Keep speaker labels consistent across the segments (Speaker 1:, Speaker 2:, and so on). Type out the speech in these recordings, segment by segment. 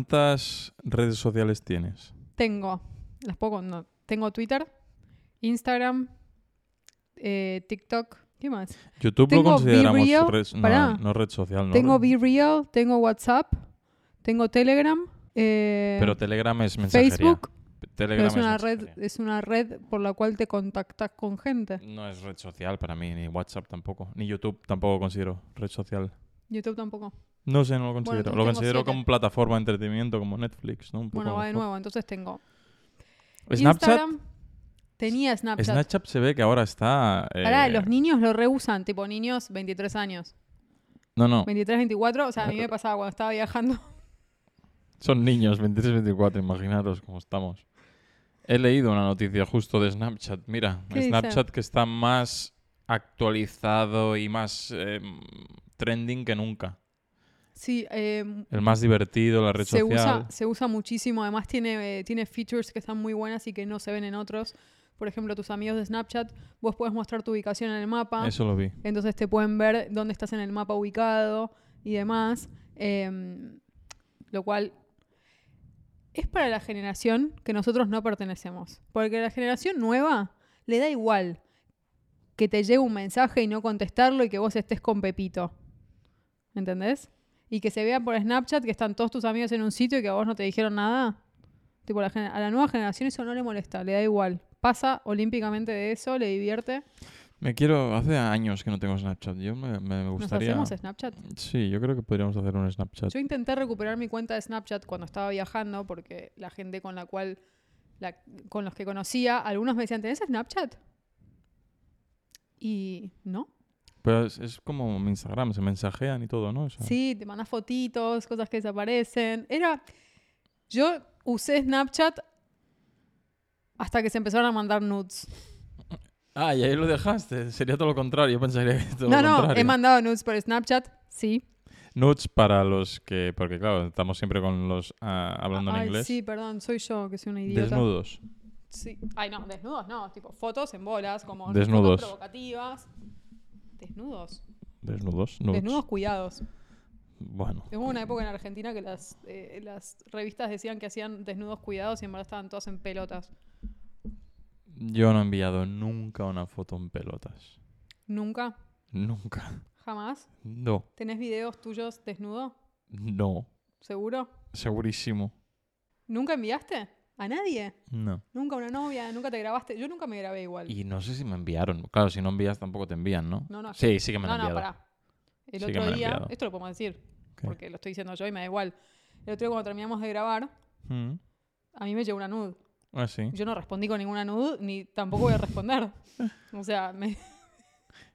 Speaker 1: ¿Cuántas redes sociales tienes?
Speaker 2: Tengo, las puedo contar. Tengo Twitter, Instagram, eh, TikTok. ¿Qué más?
Speaker 1: YouTube
Speaker 2: Tengo
Speaker 1: lo consideramos
Speaker 2: BeReal,
Speaker 1: red,
Speaker 2: pará.
Speaker 1: no, no red social, ¿no?
Speaker 2: Tengo Be Real, tengo WhatsApp, tengo Telegram, eh,
Speaker 1: Pero Telegram es mensajería.
Speaker 2: Facebook.
Speaker 1: Telegram
Speaker 2: Pero es una red,
Speaker 1: mensajería.
Speaker 2: es una red por la cual te contactas con gente.
Speaker 1: No es red social para mí, ni WhatsApp tampoco. Ni YouTube tampoco considero red social.
Speaker 2: YouTube tampoco.
Speaker 1: No sé, no lo considero.
Speaker 2: entonces
Speaker 1: lo
Speaker 2: tengo
Speaker 1: considero
Speaker 2: siete.
Speaker 1: como plataforma de entretenimiento, como Netflix, ¿no? Un poco
Speaker 2: Bueno, va de
Speaker 1: mejor.
Speaker 2: nuevo. Entonces tengo
Speaker 1: Snapchat,
Speaker 2: Instagram. Tenía Snapchat.
Speaker 1: Snapchat se ve que ahora está... eh,
Speaker 2: Pará, los niños lo reusan, tipo niños 23 años.
Speaker 1: No, no.
Speaker 2: 23, 24, o sea, a mí me pasaba cuando estaba viajando.
Speaker 1: Son niños, 23, 24, imaginaros cómo estamos. He leído una noticia justo de Snapchat. Mira,
Speaker 2: ¿Qué dice?
Speaker 1: Snapchat que está más actualizado y más eh, trending que nunca.
Speaker 2: Sí, eh,
Speaker 1: El más divertido, la red
Speaker 2: se
Speaker 1: social.
Speaker 2: usa, se usa muchísimo, además tiene, eh, tiene features que están muy buenas y que no se ven en otros. Por ejemplo, tus amigos de Snapchat, vos puedes mostrar tu ubicación en el mapa,
Speaker 1: Eso lo vi.
Speaker 2: entonces te pueden ver dónde estás en el mapa ubicado y demás. em, lo cual es para la generación que nosotros no pertenecemos. Porque la generación nueva le da igual que te llegue un mensaje y no contestarlo y que vos estés con Pepito. ¿Entendés? Y que se vea por Snapchat que están todos tus amigos en un sitio y que a vos no te dijeron nada. Tipo, la gen- a la nueva generación eso no le molesta, le da igual. Pasa olímpicamente de eso, le divierte.
Speaker 1: Me quiero... Hace años que no tengo Snapchat. Yo me, me gustaría...
Speaker 2: ¿Nos hacemos Snapchat?
Speaker 1: Sí, yo creo que podríamos hacer un Snapchat.
Speaker 2: Yo intenté recuperar mi cuenta de Snapchat cuando estaba viajando porque la gente con la cual, la- con los que conocía, algunos me decían, ¿tenés Snapchat? Y no.
Speaker 1: Pero es, es como mi Instagram, se mensajean y todo, ¿no? O sea,
Speaker 2: Sí, te mandas fotitos, cosas que desaparecen. Era, yo usé Snapchat hasta que se empezaron a mandar nudes.
Speaker 1: Ah, y ahí lo dejaste. Sería todo lo contrario. Yo pensaría que todo
Speaker 2: no,
Speaker 1: lo
Speaker 2: no,
Speaker 1: contrario.
Speaker 2: he mandado nudes por Snapchat, sí.
Speaker 1: Nudes para los que... Porque claro, estamos siempre con los... ah, hablando en
Speaker 2: Ay,
Speaker 1: inglés.
Speaker 2: sí, perdón, soy yo que soy una idiota.
Speaker 1: Desnudos.
Speaker 2: Sí. Ay, no, desnudos no, tipo fotos en bolas, como
Speaker 1: Desnudos.
Speaker 2: fotos provocativas. Desnudos.
Speaker 1: Desnudos. Nudes.
Speaker 2: Desnudos cuidados.
Speaker 1: Bueno.
Speaker 2: Hubo una época en Argentina que las, eh, las revistas decían que hacían desnudos cuidados y en verdad estaban todas en pelotas.
Speaker 1: Yo no he enviado nunca una foto en pelotas.
Speaker 2: Nunca,
Speaker 1: Nunca.
Speaker 2: jamás.
Speaker 1: No.
Speaker 2: ¿Tenés videos tuyos desnudo?
Speaker 1: No.
Speaker 2: ¿Seguro?
Speaker 1: Segurísimo.
Speaker 2: ¿Nunca enviaste? ¿A nadie?
Speaker 1: No.
Speaker 2: ¿Nunca una novia? ¿Nunca te grabaste? Yo nunca me grabé igual.
Speaker 1: Y no sé si me enviaron. Claro, si no envías tampoco te envían, ¿no?
Speaker 2: No, no.
Speaker 1: Sí, sí que me lo
Speaker 2: no, no,
Speaker 1: enviaron.
Speaker 2: pará. El
Speaker 1: Sí que me
Speaker 2: otro
Speaker 1: lo han
Speaker 2: día,
Speaker 1: enviado.
Speaker 2: esto lo podemos decir,
Speaker 1: ¿Qué?
Speaker 2: porque lo estoy diciendo yo y me da igual. El otro día cuando terminamos de grabar,
Speaker 1: Mm.
Speaker 2: a mí me llegó una nude.
Speaker 1: Ah, sí.
Speaker 2: Yo no respondí con ninguna nude, ni tampoco voy a responder. O sea, me-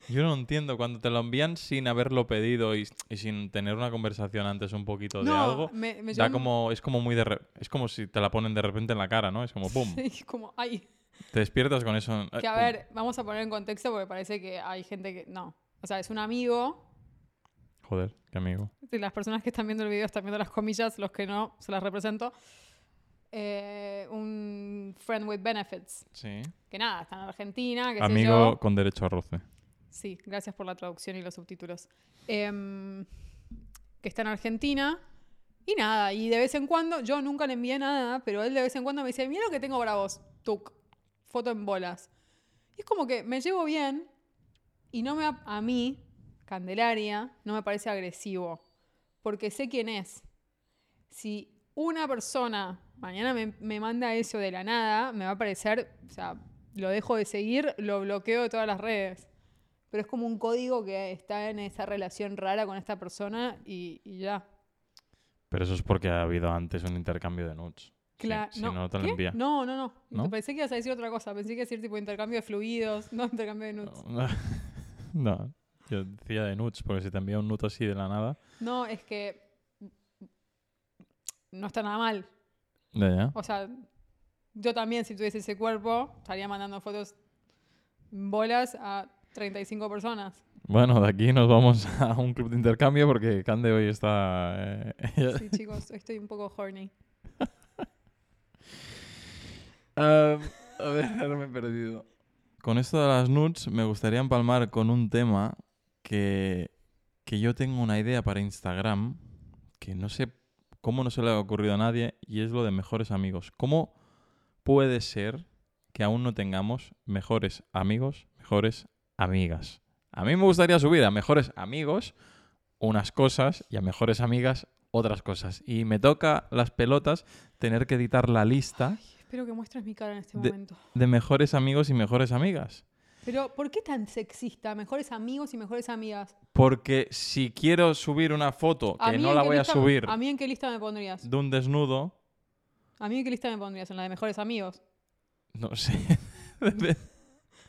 Speaker 1: Yo no entiendo. Cuando te lo envían sin haberlo pedido y, y sin tener una conversación antes un poquito de
Speaker 2: no,
Speaker 1: algo,
Speaker 2: me, me
Speaker 1: da
Speaker 2: llegó-
Speaker 1: como, es como muy de... re- Es como si te la ponen de repente en la cara, ¿no? Es como, ¡pum!
Speaker 2: Sí, como, ay,
Speaker 1: Te despiertas con eso. eh,
Speaker 2: que a
Speaker 1: pum.
Speaker 2: ver, vamos a poner en contexto porque parece que hay gente que, no. O sea, es un amigo,
Speaker 1: Joder, qué amigo.
Speaker 2: de las personas que están viendo el video están viendo las comillas, los que no, se las represento. Eh, un friend with benefits,
Speaker 1: Sí.
Speaker 2: que nada, está en Argentina, que sé
Speaker 1: Amigo
Speaker 2: yo.
Speaker 1: con derecho a roce.
Speaker 2: Sí, gracias por la traducción y los subtítulos. Em, que está en Argentina. Y nada, y de vez en cuando, yo nunca le envié nada, pero él de vez en cuando me dice, mira lo que tengo para vos, tuc, foto en bolas. Y es como que me llevo bien y no me, ap- a mí, Candelaria, no me parece agresivo, porque sé quién es. Si una persona mañana me, me manda eso de la nada, me va a parecer, o sea, lo dejo de seguir, lo bloqueo de todas las redes pero es como un código que está en esa relación rara con esta persona y, y ya.
Speaker 1: Pero eso es porque ha habido antes un intercambio de nudes. Sí,
Speaker 2: Cla-
Speaker 1: si no, te lo
Speaker 2: ¿Qué?
Speaker 1: envía.
Speaker 2: No, no, no,
Speaker 1: ¿No?
Speaker 2: Pensé que ibas a decir otra cosa. Pensé que ibas a decir tipo intercambio de fluidos, no intercambio de nudes.
Speaker 1: no, yo decía de nudes, porque si te envía un nude así de la nada...
Speaker 2: No, es que no está nada mal.
Speaker 1: Ya, ya.
Speaker 2: O sea, yo también si tuviese ese cuerpo estaría mandando fotos en bolas a 35 personas.
Speaker 1: Bueno, de aquí nos vamos a un club de intercambio porque Cande hoy está... eh,
Speaker 2: Sí, chicos, hoy estoy un poco horny.
Speaker 1: Ah, a ver, ahora me he perdido. Con esto de las nudes, me gustaría empalmar con un tema que, que yo tengo una idea para Instagram, que no sé cómo no se le ha ocurrido a nadie y es lo de mejores amigos. ¿Cómo puede ser que aún no tengamos mejores amigos, mejores amigas? A mí me gustaría subir a mejores amigos unas cosas y a mejores amigas otras cosas. Y me toca las pelotas tener que editar la lista
Speaker 2: Espero que muestres mi cara en este
Speaker 1: De-
Speaker 2: momento.
Speaker 1: de mejores amigos y mejores amigas.
Speaker 2: Pero, ¿por qué tan sexista? Mejores amigos y mejores amigas.
Speaker 1: Porque si quiero subir una foto que
Speaker 2: mí
Speaker 1: no
Speaker 2: en
Speaker 1: la
Speaker 2: qué
Speaker 1: voy a
Speaker 2: lista-
Speaker 1: subir
Speaker 2: ¿A mí en qué lista me pondrías?
Speaker 1: de un desnudo,
Speaker 2: ¿A mí en qué lista me pondrías? ¿En la de mejores amigos?
Speaker 1: no sé.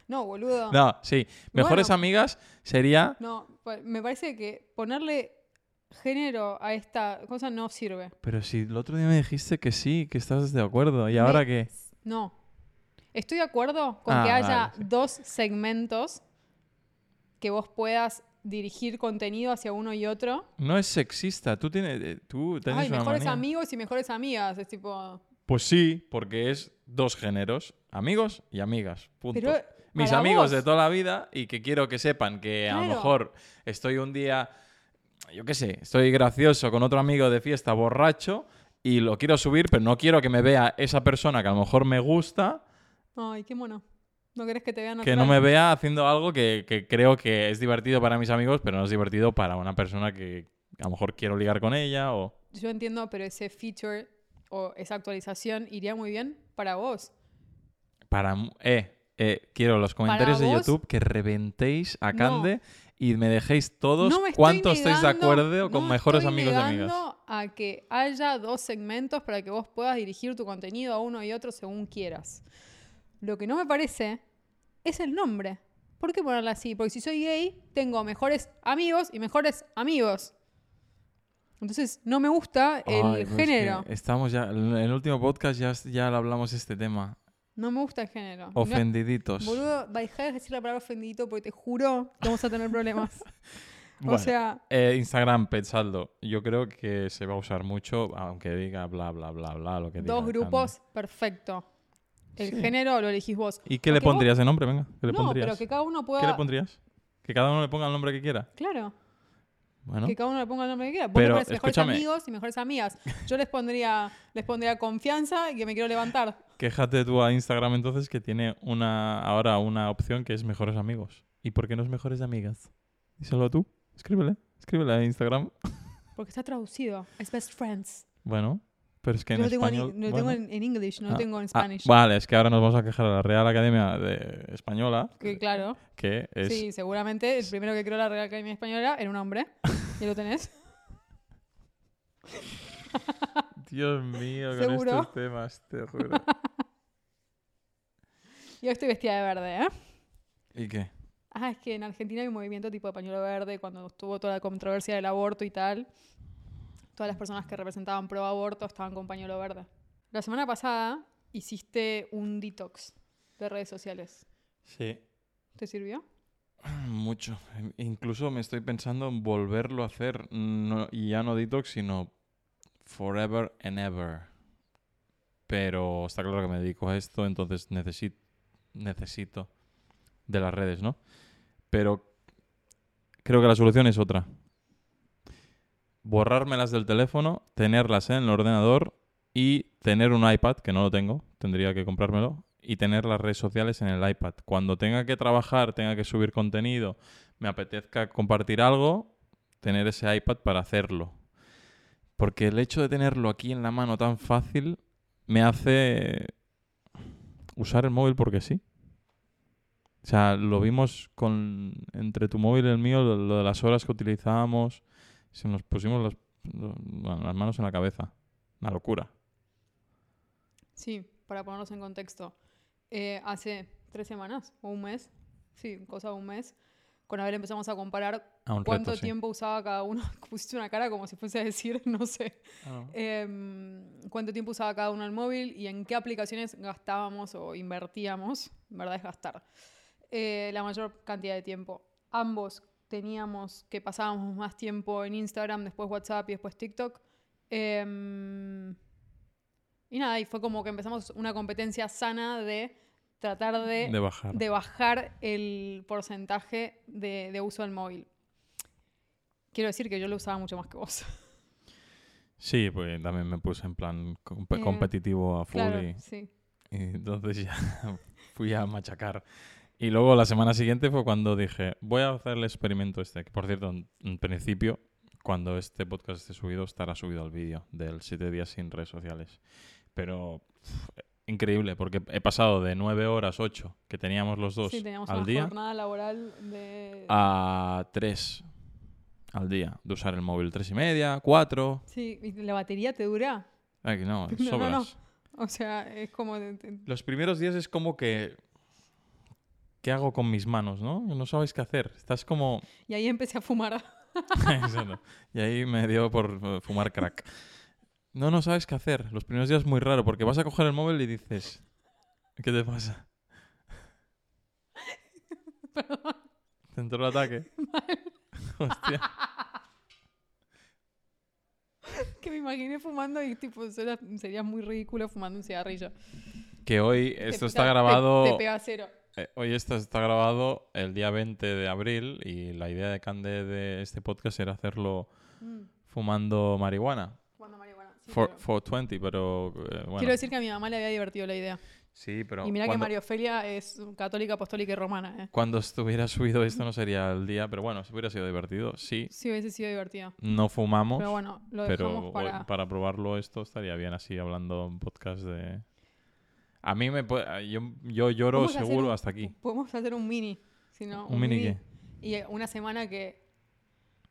Speaker 2: No, boludo.
Speaker 1: no, sí. Mejores
Speaker 2: Bueno.
Speaker 1: amigas sería
Speaker 2: No, pa- me parece que ponerle género a esta cosa no sirve.
Speaker 1: Pero si el otro día me dijiste que sí, que estás de acuerdo, ¿y ahora
Speaker 2: Me-
Speaker 1: qué?
Speaker 2: No. Estoy de acuerdo con
Speaker 1: Ah,
Speaker 2: que haya
Speaker 1: vale, sí.
Speaker 2: dos segmentos que vos puedas dirigir contenido hacia uno y otro.
Speaker 1: No es sexista, tú tienes, eh, tú tienes
Speaker 2: Ay,
Speaker 1: una
Speaker 2: mejores
Speaker 1: manía.
Speaker 2: amigos y mejores amigas. Es tipo.
Speaker 1: Pues sí, porque es dos géneros, amigos y amigas, punto.
Speaker 2: Pero
Speaker 1: Mis
Speaker 2: para
Speaker 1: amigos
Speaker 2: vos.
Speaker 1: de toda la vida y que quiero que sepan que a lo
Speaker 2: Claro.
Speaker 1: mejor estoy un día, yo qué sé, estoy gracioso con otro amigo de fiesta borracho y lo quiero subir, pero no quiero que me vea esa persona que a lo mejor me gusta,
Speaker 2: Ay, qué mono. ¿No querés que te vean
Speaker 1: que no me vea haciendo algo que, que creo que es divertido para mis amigos, pero no es divertido para una persona que a lo mejor quiero ligar con ella o...
Speaker 2: Yo entiendo, pero ese feature o esa actualización iría muy bien para vos.
Speaker 1: Para... mu- Eh, eh, quiero los comentarios de
Speaker 2: vos-
Speaker 1: YouTube que reventéis a
Speaker 2: No.
Speaker 1: Cande y me dejéis todos
Speaker 2: No me estoy
Speaker 1: cuánto estáis de
Speaker 2: negando-
Speaker 1: acuerdo con
Speaker 2: no
Speaker 1: mejores
Speaker 2: estoy
Speaker 1: amigos y amigas.
Speaker 2: negando a que haya dos segmentos para que vos puedas dirigir tu contenido a uno y otro según quieras. Lo que no me parece es el nombre. ¿Por qué ponerla así? Porque si soy gay, tengo mejores amigos y mejores amigos. Entonces, no me gusta el
Speaker 1: Ay, pero es que
Speaker 2: género.
Speaker 1: estamos ya... En el último podcast ya, ya hablamos este tema.
Speaker 2: No me gusta el género. No-
Speaker 1: Ofendiditos.
Speaker 2: Boludo, dejá de decir la palabra ofendidito porque te juro que vamos a tener problemas.
Speaker 1: Bueno.
Speaker 2: O sea,
Speaker 1: Eh, Instagram, pensadlo. Yo creo que se va a usar mucho, aunque diga bla, bla, bla, bla, lo que diga
Speaker 2: dos
Speaker 1: Cande.
Speaker 2: grupos, perfecto. El
Speaker 1: Sí.
Speaker 2: género lo elegís vos.
Speaker 1: ¿Y qué le
Speaker 2: Porque vos-
Speaker 1: pondrías de nombre? Venga, ¿qué le
Speaker 2: no,
Speaker 1: pondrías?
Speaker 2: pero que cada uno pueda.
Speaker 1: ¿Qué le pondrías? Que cada uno le ponga el nombre que quiera.
Speaker 2: Claro,
Speaker 1: Bueno,
Speaker 2: que cada uno le ponga el nombre que quiera. Vos
Speaker 1: Pero,
Speaker 2: me pones mejores
Speaker 1: escúchame.
Speaker 2: amigos y mejores amigas. Yo les pondría, les pondría confianza y que me quiero levantar.
Speaker 1: quéjate tú a Instagram entonces que tiene una ahora una opción que es mejores amigos. ¿Y por qué no es mejores amigas? Díselo tú. Escríbele. Escríbele a Instagram.
Speaker 2: Porque está traducido. Es best friends.
Speaker 1: Bueno, pero es que
Speaker 2: Yo
Speaker 1: en
Speaker 2: lo tengo, en,
Speaker 1: español...
Speaker 2: in- lo
Speaker 1: bueno.
Speaker 2: tengo en, en English, no
Speaker 1: Ah,
Speaker 2: lo tengo en
Speaker 1: Ah,
Speaker 2: Spanish.
Speaker 1: vale, es que ahora nos vamos a quejar a la Real Academia de- Española,
Speaker 2: que, claro.
Speaker 1: que es...
Speaker 2: Sí, seguramente el primero que creó la Real Academia Española era un hombre. Y lo tenés.
Speaker 1: Dios mío, con
Speaker 2: ¿Seguro?
Speaker 1: estos temas, te juro.
Speaker 2: Yo estoy vestida de verde, ¿eh?
Speaker 1: ¿Y qué?
Speaker 2: Ah, es que en Argentina hay un movimiento tipo de pañuelo verde cuando estuvo toda la controversia del aborto y tal. Todas las personas que representaban pro aborto estaban con pañuelo verde. La semana pasada hiciste un detox de redes sociales.
Speaker 1: Sí,
Speaker 2: ¿Te sirvió?
Speaker 1: mucho. Incluso me estoy pensando en volverlo a hacer, no- y ya no detox, sino forever and ever. Pero está claro que me dedico a esto, entonces necesito, necesito de las redes, ¿no? Pero creo que la solución es otra. Borrármelas del teléfono, tenerlas en el ordenador y tener un iPad, que no lo tengo, tendría que comprármelo, y tener las redes sociales en el iPad. Cuando tenga que trabajar, tenga que subir contenido, me apetezca compartir algo, tener ese iPad para hacerlo. Porque el hecho de tenerlo aquí en la mano tan fácil me hace usar el móvil porque sí. O sea, lo vimos con entre tu móvil y el mío, lo, lo de las horas que utilizábamos. Se nos pusimos las, lo- bueno, las manos en la cabeza. Una locura.
Speaker 2: Sí, para ponernos en contexto. eh, hace tres semanas o un mes, sí, cosa de un mes, con Abel empezamos a comparar
Speaker 1: A un
Speaker 2: cuánto
Speaker 1: reto, sí.
Speaker 2: tiempo usaba cada uno. Pusiste una cara como si fuese a decir, no sé. em, cuánto tiempo usaba cada uno el móvil y en qué aplicaciones gastábamos o invertíamos, en verdad es gastar, eh, la mayor cantidad de tiempo. Ambos teníamos que pasábamos más tiempo en Instagram, después WhatsApp y después TikTok. Em, y nada, y fue como que empezamos una competencia sana de tratar de
Speaker 1: de bajar.
Speaker 2: de bajar el porcentaje de, de uso del móvil. Quiero decir que yo lo usaba mucho más que vos.
Speaker 1: Sí, pues también me puse en plan com-
Speaker 2: Eh,
Speaker 1: competitivo a full
Speaker 2: Claro,
Speaker 1: y,
Speaker 2: sí.
Speaker 1: y entonces ya fui a machacar. Y luego la semana siguiente fue cuando dije, voy a hacer el experimento este. Que por cierto, en, en principio, cuando este podcast esté subido, estará subido el vídeo del 7 días sin redes sociales. Pero pf, increíble, porque he pasado de 9 horas, 8, que teníamos los dos
Speaker 2: Sí, teníamos
Speaker 1: al
Speaker 2: una
Speaker 1: día, Ah.
Speaker 2: jornada laboral de...
Speaker 1: a 3 al día. De usar el móvil 3 y media, 4...
Speaker 2: Sí, y la batería te dura.
Speaker 1: Ay, no,
Speaker 2: No, no,
Speaker 1: sobras.
Speaker 2: no. O sea, es como... de- de-
Speaker 1: Los primeros días es como que... ¿Qué hago con mis manos, no? No sabes qué hacer. Estás como...
Speaker 2: Y ahí empecé a fumar.
Speaker 1: Exacto. Y ahí me dio por eh, fumar crack. No, no sabes qué hacer. Los primeros días es muy raro porque vas a coger el móvil y dices... ¿Qué te pasa? Te entró el ataque. Hostia.
Speaker 2: que me imaginé fumando y tipo, suena- sería muy ridículo fumando un cigarrillo.
Speaker 1: Que hoy esto
Speaker 2: Te-
Speaker 1: está
Speaker 2: te-
Speaker 1: grabado...
Speaker 2: Te, pega cero.
Speaker 1: Eh, hoy esto está grabado el día 20 de abril y la idea de Cande de este podcast era hacerlo
Speaker 2: Mm,
Speaker 1: fumando marihuana.
Speaker 2: fumando marihuana. Sí,
Speaker 1: For-
Speaker 2: pero-
Speaker 1: 420, pero eh, bueno.
Speaker 2: Quiero decir que a mi mamá le había divertido la idea.
Speaker 1: Sí, pero
Speaker 2: y mira que
Speaker 1: cuando,
Speaker 2: Mario Felia es católica, apostólica y romana. ¿eh?
Speaker 1: cuando estuviera subido esto no sería el día, pero bueno, si hubiera sido divertido, sí.
Speaker 2: Sí, hubiese sido divertido.
Speaker 1: No fumamos,
Speaker 2: Pero
Speaker 1: pero,
Speaker 2: bueno, lo dejamos
Speaker 1: hoy-
Speaker 2: para...
Speaker 1: para... probarlo esto estaría bien así hablando en podcast de... A mí me puede... Yo, yo lloro
Speaker 2: Vamos a hacer
Speaker 1: seguro
Speaker 2: un-
Speaker 1: hasta aquí.
Speaker 2: Podemos hacer un mini. si no,
Speaker 1: ¿Un mini qué?
Speaker 2: Y eh, una semana que,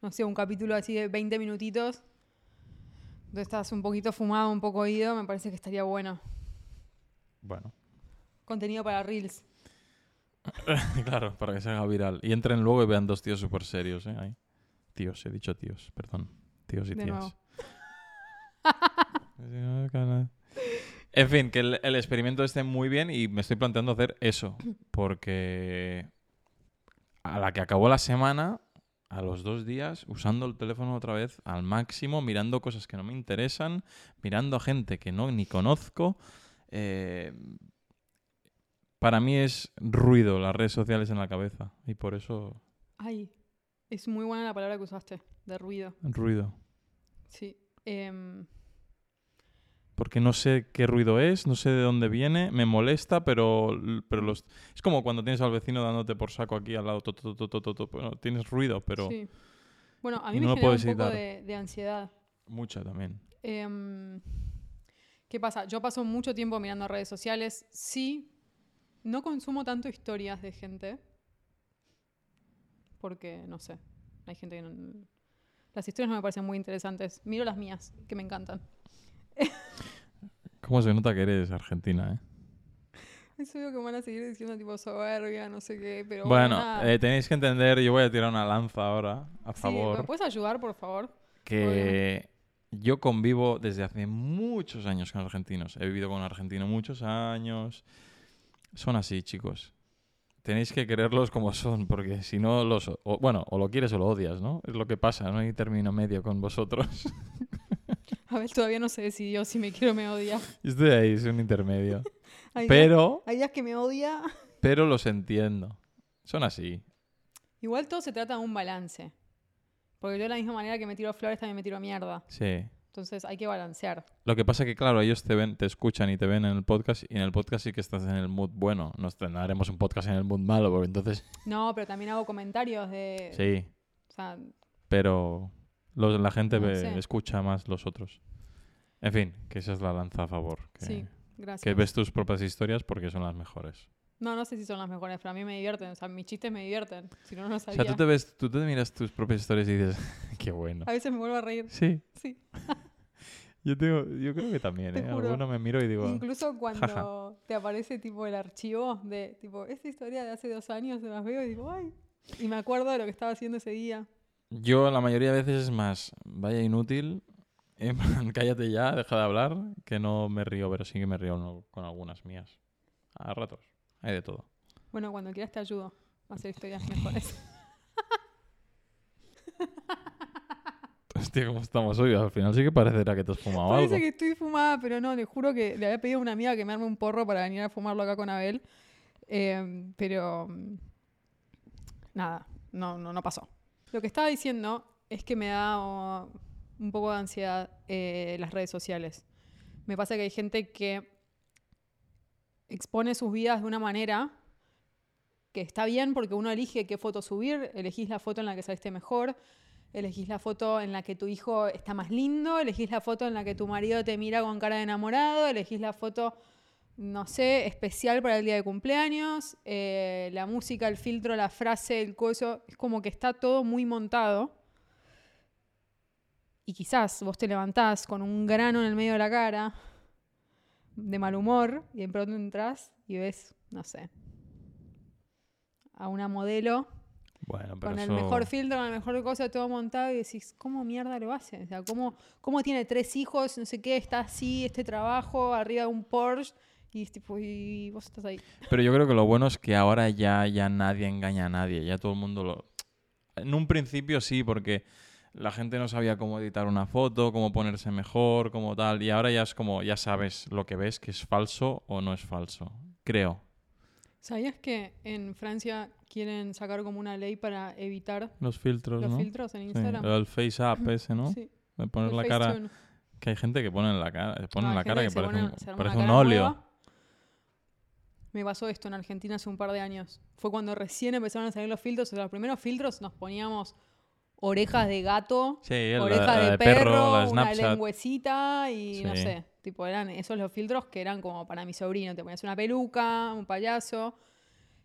Speaker 2: no sé, un capítulo así de 20 minutitos. Tú estás un poquito fumado, un poco oído, me parece que estaría bueno.
Speaker 1: Bueno,
Speaker 2: Contenido para Reels.
Speaker 1: claro, para que se haga viral. Y entren luego y vean dos tíos súper serios, ¿eh? Ahí. Tíos, he dicho tíos, perdón. Tíos y
Speaker 2: De
Speaker 1: tías. En fin, que el, el experimento esté muy bien y me estoy planteando hacer eso. Porque a la que acabó la semana, a los dos días, usando el teléfono otra vez al máximo, mirando cosas que no me interesan, mirando a gente que no ni conozco. eh, para mí es ruido las redes sociales en la cabeza. Y por eso,
Speaker 2: Ay, es muy buena la palabra que usaste, de ruido.
Speaker 1: ruido.
Speaker 2: Sí. Em,
Speaker 1: porque no sé qué ruido es, no sé de dónde viene, me molesta, pero, pero los... Es como cuando tienes al vecino dándote por saco aquí al lado, to, to, to, to, to, to, bueno, tienes ruido, pero
Speaker 2: sí. Bueno, a
Speaker 1: y
Speaker 2: mí
Speaker 1: no lo
Speaker 2: me genera un
Speaker 1: puedes
Speaker 2: poco
Speaker 1: evitar.
Speaker 2: de, de ansiedad.
Speaker 1: mucha también.
Speaker 2: Em, ¿Qué pasa? Yo paso mucho tiempo mirando redes sociales. Sí, no consumo tanto historias de gente. Porque, no sé, hay gente que no... Las historias no me parecen muy interesantes. Miro las mías, que me encantan.
Speaker 1: ¿Cómo se nota que eres argentina, eh?
Speaker 2: Es obvio que van a seguir diciendo tipo soberbia, no sé qué, pero...
Speaker 1: bueno,
Speaker 2: nada.
Speaker 1: eh, tenéis que entender, yo voy a tirar una lanza ahora, a
Speaker 2: Sí,
Speaker 1: favor,
Speaker 2: ¿Me puedes ayudar, por favor?
Speaker 1: que yo convivo desde hace muchos años con argentinos. He vivido con un argentino muchos años. Son así, chicos. Tenéis que quererlos como son, porque si no los... o- o- bueno, o lo quieres o lo odias, ¿no? Es lo que pasa, no hay término medio con vosotros.
Speaker 2: A ver, todavía no se decidió si me quiero o me odia.
Speaker 1: Yo Estoy Este ahí, es un intermedio.
Speaker 2: Hay días-
Speaker 1: Pero,
Speaker 2: hay días que me odia.
Speaker 1: pero los entiendo. Son así.
Speaker 2: Igual todo se trata de un balance. Porque yo de la misma manera que me tiro flores también me tiro mierda.
Speaker 1: Sí.
Speaker 2: Entonces hay que balancear.
Speaker 1: Lo que pasa que, claro, ellos te ven, te escuchan y te ven en el podcast, y en el podcast sí que estás en el mood bueno. Nos haremos un podcast en el mood malo, porque entonces...
Speaker 2: No, pero también hago comentarios de...
Speaker 1: Sí.
Speaker 2: O sea,
Speaker 1: pero los- la gente
Speaker 2: No
Speaker 1: ve-
Speaker 2: sé.
Speaker 1: escucha más los otros. En fin, que esa es la lanza a favor. Que,
Speaker 2: sí,
Speaker 1: que
Speaker 2: gracias.
Speaker 1: ves tus propias historias porque son las mejores.
Speaker 2: No, no sé si son las mejores, pero a mí me divierten. O sea, mis chistes me divierten. Si no, no lo
Speaker 1: O
Speaker 2: sabía.
Speaker 1: sea, tú te ves, tú te miras tus propias historias y dices, qué bueno.
Speaker 2: A veces me vuelvo a reír.
Speaker 1: Sí,
Speaker 2: Sí.
Speaker 1: yo tengo, yo creo que también,
Speaker 2: Te
Speaker 1: ¿eh?
Speaker 2: juro.
Speaker 1: Alguno me miro y digo,
Speaker 2: Incluso cuando te aparece tipo el archivo de tipo, esta historia de hace dos años, las veo y digo, ay. Y me acuerdo de lo que estaba haciendo ese día.
Speaker 1: yo la mayoría de veces es más, vaya inútil, en plan, cállate ya, deja de hablar, que no me río, pero sí que me río no- con algunas mías. A ratos, hay de todo.
Speaker 2: Bueno, cuando quieras te ayudo a hacer historias mejores.
Speaker 1: Hostia, ¿cómo estamos hoy? Al final sí que parecerá que te has fumado algo.
Speaker 2: Parece que estoy fumada, pero no, le juro que le había pedido a una amiga que me arme un porro para venir a fumarlo acá con Abel. Eh, pero mm, nada, no, no, no pasó. Lo que estaba diciendo es que me da oh, un poco de ansiedad eh, las redes sociales. Me pasa que hay gente que expone sus vidas de una manera que está bien porque uno elige qué foto subir, elegís la foto en la que saliste mejor, elegís la foto en la que tu hijo está más lindo, elegís la foto en la que tu marido te mira con cara de enamorado, elegís la foto, no sé, especial para el día de cumpleaños, eh, la música, el filtro, la frase, el coso, es como que está todo muy montado. Y quizás vos te levantás con un grano en el medio de la cara, de mal humor, y de pronto entras y ves, no sé, a una modelo
Speaker 1: Bueno, pero
Speaker 2: con el
Speaker 1: eso-
Speaker 2: mejor filtro, con la mejor cosa, todo montado y decís, ¿cómo mierda lo hace? O sea, ¿cómo, cómo tiene tres hijos, no sé qué, está así, este trabajo, arriba de un Porsche? Y es tipo, y vos estás ahí.
Speaker 1: Pero yo creo que lo bueno es que ahora ya, ya nadie engaña a nadie, ya todo el mundo lo... En un principio sí, porque la gente no sabía cómo editar una foto, cómo ponerse mejor, cómo tal, y ahora ya es como, ya sabes lo que ves, que es falso o no es falso, creo.
Speaker 2: ¿Sabías que en Francia quieren sacar como una ley para evitar
Speaker 1: Los filtros,
Speaker 2: los
Speaker 1: ¿no?
Speaker 2: filtros en
Speaker 1: Sí,
Speaker 2: Instagram?
Speaker 1: el face up ese, ¿no?
Speaker 2: Sí,
Speaker 1: De poner
Speaker 2: el
Speaker 1: la cara...
Speaker 2: Facetune.
Speaker 1: Que hay gente que pone en la cara, pone
Speaker 2: No,
Speaker 1: en
Speaker 2: hay
Speaker 1: la cara que,
Speaker 2: gente se
Speaker 1: parece,
Speaker 2: pone-
Speaker 1: un,
Speaker 2: se arma una
Speaker 1: parece un
Speaker 2: cara
Speaker 1: óleo.
Speaker 2: nueva. Me pasó esto en Argentina hace un par de años. Fue cuando recién empezaron a salir los filtros. O sea, los primeros filtros nos poníamos orejas de gato,
Speaker 1: Sí, el- la-
Speaker 2: orejas
Speaker 1: la
Speaker 2: de,
Speaker 1: de
Speaker 2: perro,
Speaker 1: perro, la de
Speaker 2: una
Speaker 1: Snapchat.
Speaker 2: lengüecita y no
Speaker 1: Sí.
Speaker 2: sé. Tipo, eran esos los filtros que eran como para mi sobrino. Te ponías una peluca, un payaso.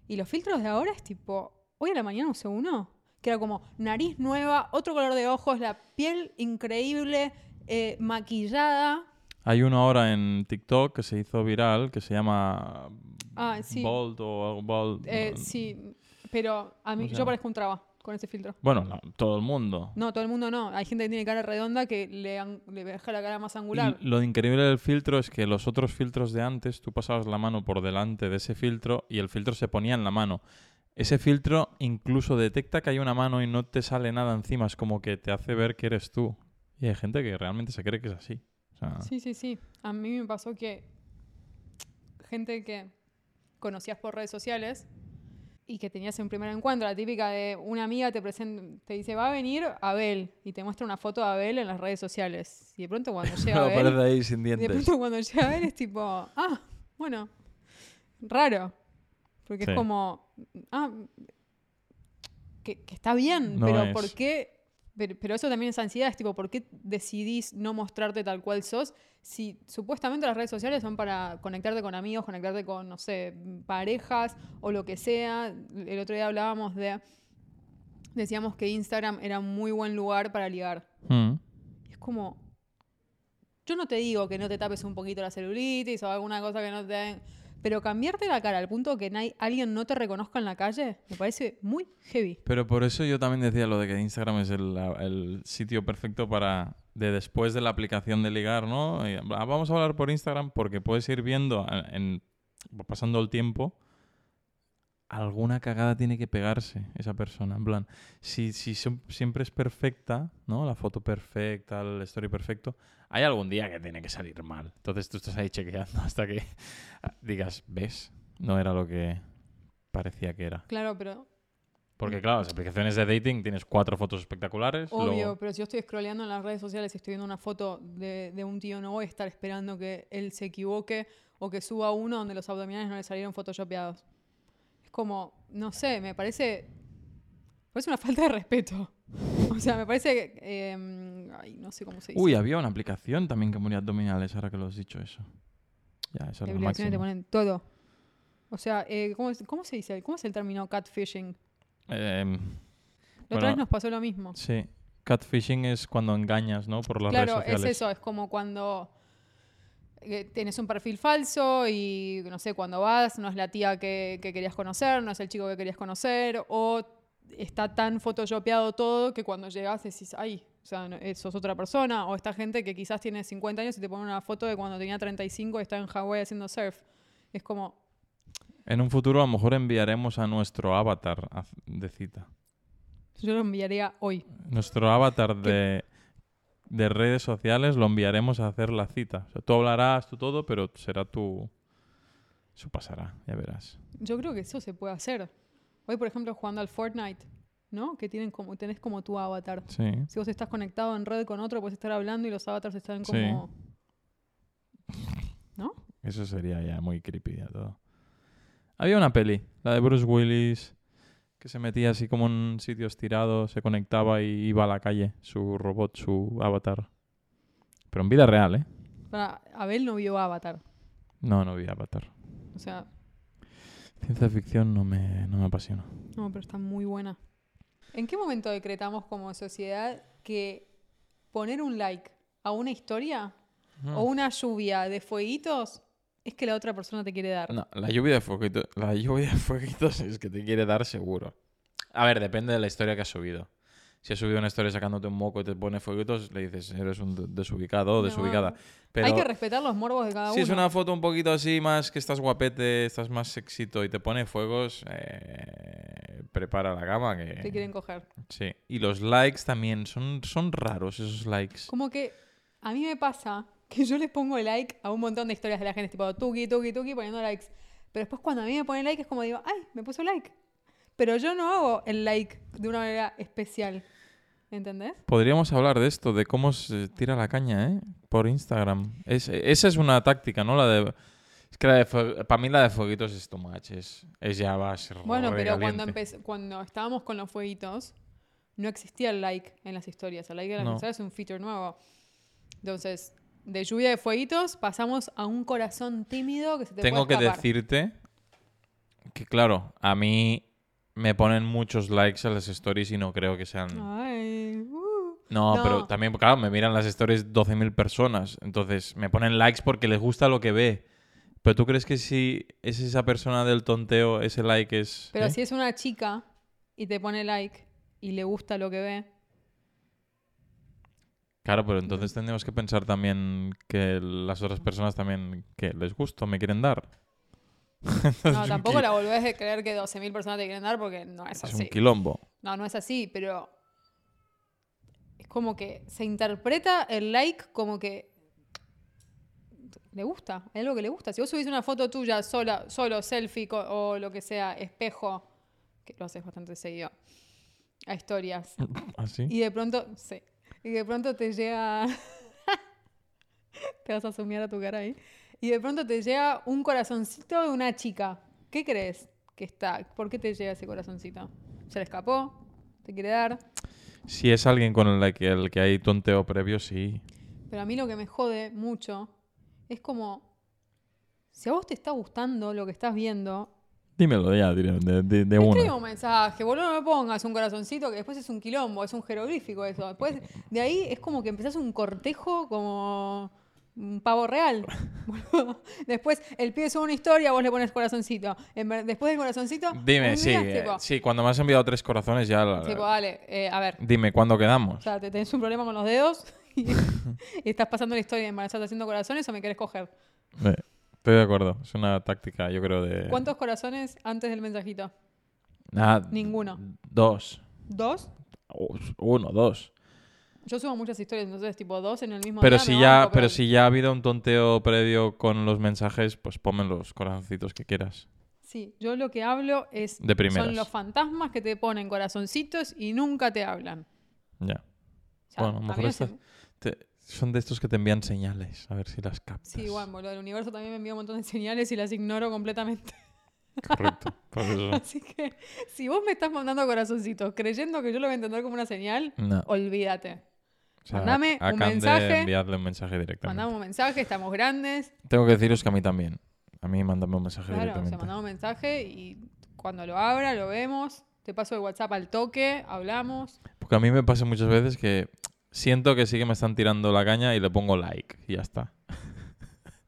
Speaker 2: Y los filtros de ahora es tipo, hoy a la mañana usé uno. Que era como nariz nueva, otro color de ojos, la piel increíble, eh, maquillada.
Speaker 1: Hay uno ahora en TikTok que se hizo viral que se llama
Speaker 2: Ah, sí.
Speaker 1: Bolt o algo- Bolt.
Speaker 2: Eh,
Speaker 1: no-
Speaker 2: sí, pero a mí,
Speaker 1: ¿Cómo se
Speaker 2: yo
Speaker 1: llama?
Speaker 2: parezco un traba con ese filtro.
Speaker 1: Bueno, no, todo el mundo.
Speaker 2: No, todo el mundo no. Hay gente que tiene cara redonda que le, an- le deja la cara más
Speaker 1: Y
Speaker 2: angular.
Speaker 1: lo increíble del filtro es que los otros filtros de antes, tú pasabas la mano por delante de ese filtro y el filtro se ponía en la mano. Ese filtro incluso detecta que hay una mano y no te sale nada encima, es como que te hace ver que eres tú. Y hay gente que realmente se cree que es así. O sea,
Speaker 2: Sí, sí, sí. A mí me pasó que gente que conocías por redes sociales y que tenías un primer encuentro, la típica de una amiga te presenta, te dice, va a venir Abel y te muestra una foto de Abel en las redes sociales. Y de pronto cuando llega
Speaker 1: Pero aparece
Speaker 2: Abel,
Speaker 1: ahí sin
Speaker 2: de
Speaker 1: dientes.
Speaker 2: pronto cuando llega Abel es tipo, ah, bueno, raro. Porque
Speaker 1: Sí.
Speaker 2: es como, ah, que, que está bien,
Speaker 1: No
Speaker 2: pero
Speaker 1: es.
Speaker 2: ¿por qué? Pero, pero eso también es ansiedad, es tipo, ¿por qué decidís no mostrarte tal cual sos? Si supuestamente las redes sociales son para conectarte con amigos, conectarte con, no sé, parejas o lo que sea. El otro día hablábamos de, decíamos que Instagram era un muy buen lugar para ligar.
Speaker 1: Mm.
Speaker 2: Y es como, yo no te digo que no te tapes un poquito la celulitis o alguna cosa que no te... den, Pero cambiarte la cara al punto que nadie- alguien no te reconozca en la calle me parece muy heavy.
Speaker 1: Pero por eso yo también decía lo de que Instagram es el, la- el sitio perfecto para de después de la aplicación de ligar, ¿no? Y, ah, Vamos a hablar por Instagram porque puedes ir viendo a- en, pasando el tiempo alguna cagada tiene que pegarse esa persona, en plan, si, si som- siempre es perfecta, ¿no? La foto perfecta, el story perfecto, hay algún día que tiene que salir mal. Entonces tú estás ahí chequeando hasta que digas, "¿Ves? No era lo que parecía que era."
Speaker 2: Claro, pero
Speaker 1: Porque claro, las aplicaciones de dating tienes cuatro fotos espectaculares.
Speaker 2: obvio,
Speaker 1: luego-
Speaker 2: pero si yo estoy scrolleando en las redes sociales y estoy viendo una foto de, de un tío, no voy a estar esperando que él se equivoque o que suba uno donde los abdominales no le salieron photoshopeados. Es como, no sé, me parece... me parece una falta de respeto. O sea, me parece que... em, ay, no sé cómo se dice.
Speaker 1: Uy, había una aplicación también que ponía abdominales, ahora que lo has dicho eso. Ya, eso es
Speaker 2: Las
Speaker 1: lo
Speaker 2: obligaciones
Speaker 1: máximo.
Speaker 2: te ponen todo. O sea, eh, ¿cómo, es- cómo se dice? ¿Cómo es el término catfishing?
Speaker 1: Em,
Speaker 2: La
Speaker 1: Bueno,
Speaker 2: otra vez nos pasó lo mismo.
Speaker 1: sí. Catfishing es cuando engañas, ¿no? Por las
Speaker 2: Claro,
Speaker 1: redes
Speaker 2: es
Speaker 1: sociales.
Speaker 2: eso, es como cuando eh, tienes un perfil falso y no sé, cuando vas, no es la tía que, que querías conocer, no es el chico que querías conocer, o está tan photoshopeado todo que cuando llegas decís, ay, o sea, no- eh, sos otra persona, o esta gente que quizás tiene 50 años y te pone una foto de cuando tenía 35 y está en Hawái haciendo surf. Es como,
Speaker 1: En un futuro a lo mejor enviaremos a nuestro avatar a- de cita.
Speaker 2: yo lo enviaría hoy.
Speaker 1: Nuestro avatar de, de redes sociales lo enviaremos a hacer la cita. O sea, tú hablarás, tú todo, pero será tu... Eso pasará, ya verás.
Speaker 2: Yo creo que eso se puede hacer. Hoy, por ejemplo, jugando al Fortnite, ¿no? Que tienen como, tenés como tu avatar.
Speaker 1: Sí.
Speaker 2: Si vos estás conectado en red con otro, puedes estar hablando y los avatars están como. ¿No?
Speaker 1: Eso sería ya muy creepy ya todo. Había una peli, la de Bruce Willis, que se metía así como en sitios tirados, se conectaba y iba a la calle, su robot, su avatar. Pero en vida real, ¿eh?
Speaker 2: Para, Abel no vio Avatar.
Speaker 1: No, no vi avatar.
Speaker 2: O sea,
Speaker 1: Ciencia ficción no me, no me apasiona.
Speaker 2: no, pero está muy buena. ¿En qué momento decretamos como sociedad que poner un like a una historia
Speaker 1: Mm.
Speaker 2: o una lluvia de fueguitos es que la otra persona te quiere dar?
Speaker 1: No, la lluvia de fueguitos, la lluvia de fueguitos es que te quiere dar seguro. A ver, depende de la historia que has subido. Si has subido una historia sacándote un moco y te pone fueguitos, le dices, eres un de- desubicado o
Speaker 2: No,
Speaker 1: desubicada. Pero
Speaker 2: Hay que respetar los morbos de cada
Speaker 1: si
Speaker 2: uno.
Speaker 1: es una foto un poquito así, más que estás guapete, estás más sexito y te pone fuegos, eh, prepara la cama. Que...
Speaker 2: Te quieren coger.
Speaker 1: Sí. Y los likes también, son, son raros esos likes.
Speaker 2: Como que a mí me pasa que yo les pongo like a un montón de historias de la gente, tipo tuki, tuki, tuki, poniendo likes. Pero después cuando a mí me ponen like es como digo, ay, me puso like. Pero yo no hago el like de una manera especial. ¿Entendés?
Speaker 1: Podríamos hablar de esto, de cómo se tira la caña, ¿eh? Por Instagram. Es- esa es una táctica, ¿no? La de... Es que la de para mí la de fueguitos es too much, es, es ya va a ser
Speaker 2: Bueno, pero cuando,
Speaker 1: recaliente.
Speaker 2: empe- cuando estábamos con los fueguitos, no existía el like en las historias. El like en las
Speaker 1: No.
Speaker 2: historias es un feature nuevo. Entonces, de lluvia de fueguitos pasamos a un corazón tímido que se te
Speaker 1: Tengo
Speaker 2: puede
Speaker 1: que
Speaker 2: escapar.
Speaker 1: decirte que, claro, a mí me ponen muchos likes a las stories y no creo que
Speaker 2: Ah,
Speaker 1: sean...
Speaker 2: Ay, uh.
Speaker 1: No,
Speaker 2: No.
Speaker 1: pero también, claro, me miran las stories 12.000 personas. Entonces, me ponen likes porque les gusta lo que ve. Pero tú crees que si es esa persona del tonteo, ese like es...
Speaker 2: Pero
Speaker 1: ¿eh?
Speaker 2: si es una chica y te pone like y le gusta lo que ve,
Speaker 1: Claro, pero entonces tendríamos que pensar también que las otras personas también que les gusto, me quieren dar.
Speaker 2: no, tampoco la volvés de creer que 12.000 personas te quieren dar porque no es
Speaker 1: Es un
Speaker 2: así.
Speaker 1: quilombo.
Speaker 2: No, no es así, pero es como que se interpreta el like como que le gusta, es algo que le gusta. Si vos subís una foto tuya sola, solo, selfie co- o lo que sea, espejo, que lo haces bastante seguido, a historias,
Speaker 1: ¿Así?
Speaker 2: y de pronto, Ah, sí. Y de pronto te llega. te vas a sumiar a tu cara ahí. Y de pronto te llega un corazoncito de una chica. ¿Qué crees que está? ¿Por qué te llega ese corazoncito? ¿Se le escapó? ¿Te quiere dar?
Speaker 1: Si es alguien con el que, el que hay tonteo previo, sí.
Speaker 2: Pero a mí lo que me jode mucho es como. Si a vos te está gustando lo que estás viendo,
Speaker 1: Dímelo ya, dire- de, de, de
Speaker 2: escribe
Speaker 1: una.
Speaker 2: Este un mensaje, boludo, no me pongas un corazoncito que después es un quilombo, es un jeroglífico eso. Después de ahí es como que empezás un cortejo como un pavo real. boludo. Después el pibe sube una historia, vos le pones corazoncito. En ver- Después del corazoncito,
Speaker 1: Dime,
Speaker 2: un
Speaker 1: sí.
Speaker 2: día es
Speaker 1: eh,
Speaker 2: tipo,
Speaker 1: sí, cuando me has enviado tres corazones ya... la-
Speaker 2: tipo, dale, eh, a ver,
Speaker 1: Dime, ¿cuándo
Speaker 2: o
Speaker 1: quedamos?
Speaker 2: sea, te tenés un problema con los dedos y, y estás pasando la historia embarazada haciendo corazones o me querés coger.
Speaker 1: Eh, Estoy de acuerdo. Es una táctica, yo creo, de...
Speaker 2: ¿Cuántos corazones antes del mensajito?
Speaker 1: Ah,
Speaker 2: Ninguno.
Speaker 1: Dos.
Speaker 2: ¿Dos?
Speaker 1: Us- Uno, dos.
Speaker 2: Yo subo muchas historias, entonces tipo dos en el mismo
Speaker 1: Pero
Speaker 2: día me
Speaker 1: si
Speaker 2: van a
Speaker 1: ya,
Speaker 2: cobrar.
Speaker 1: pero si ya ha habido un tonteo previo con los mensajes, pues ponme los corazoncitos que quieras.
Speaker 2: Sí, yo lo que hablo es
Speaker 1: De primeras.
Speaker 2: son los fantasmas que te ponen corazoncitos y nunca te hablan.
Speaker 1: Ya.
Speaker 2: O sea,
Speaker 1: Bueno, a lo
Speaker 2: mí
Speaker 1: mejor
Speaker 2: no
Speaker 1: estás-
Speaker 2: se-
Speaker 1: Te- son de estos que te envían señales, a ver si las captas.
Speaker 2: Sí, igual, boludo, el universo también me envía un montón de señales y las ignoro completamente.
Speaker 1: Correcto. por eso.
Speaker 2: Así que si vos me estás mandando corazoncitos creyendo que yo lo voy a entender como una señal,
Speaker 1: No. o
Speaker 2: olvídate.
Speaker 1: sea,
Speaker 2: mandame
Speaker 1: a
Speaker 2: Pues un
Speaker 1: Cande
Speaker 2: mensaje.
Speaker 1: enviadle un mensaje directamente.
Speaker 2: Mandamos un mensaje, estamos grandes.
Speaker 1: Tengo que deciros que a mí también. A mí mandame un mensaje
Speaker 2: Claro, o sea,
Speaker 1: directamente.
Speaker 2: mandamos un mensaje y cuando lo abra, lo vemos. Te paso el WhatsApp al toque, hablamos.
Speaker 1: Porque a mí me pasa muchas veces que siento que sí que me están tirando la caña y le pongo like y ya está.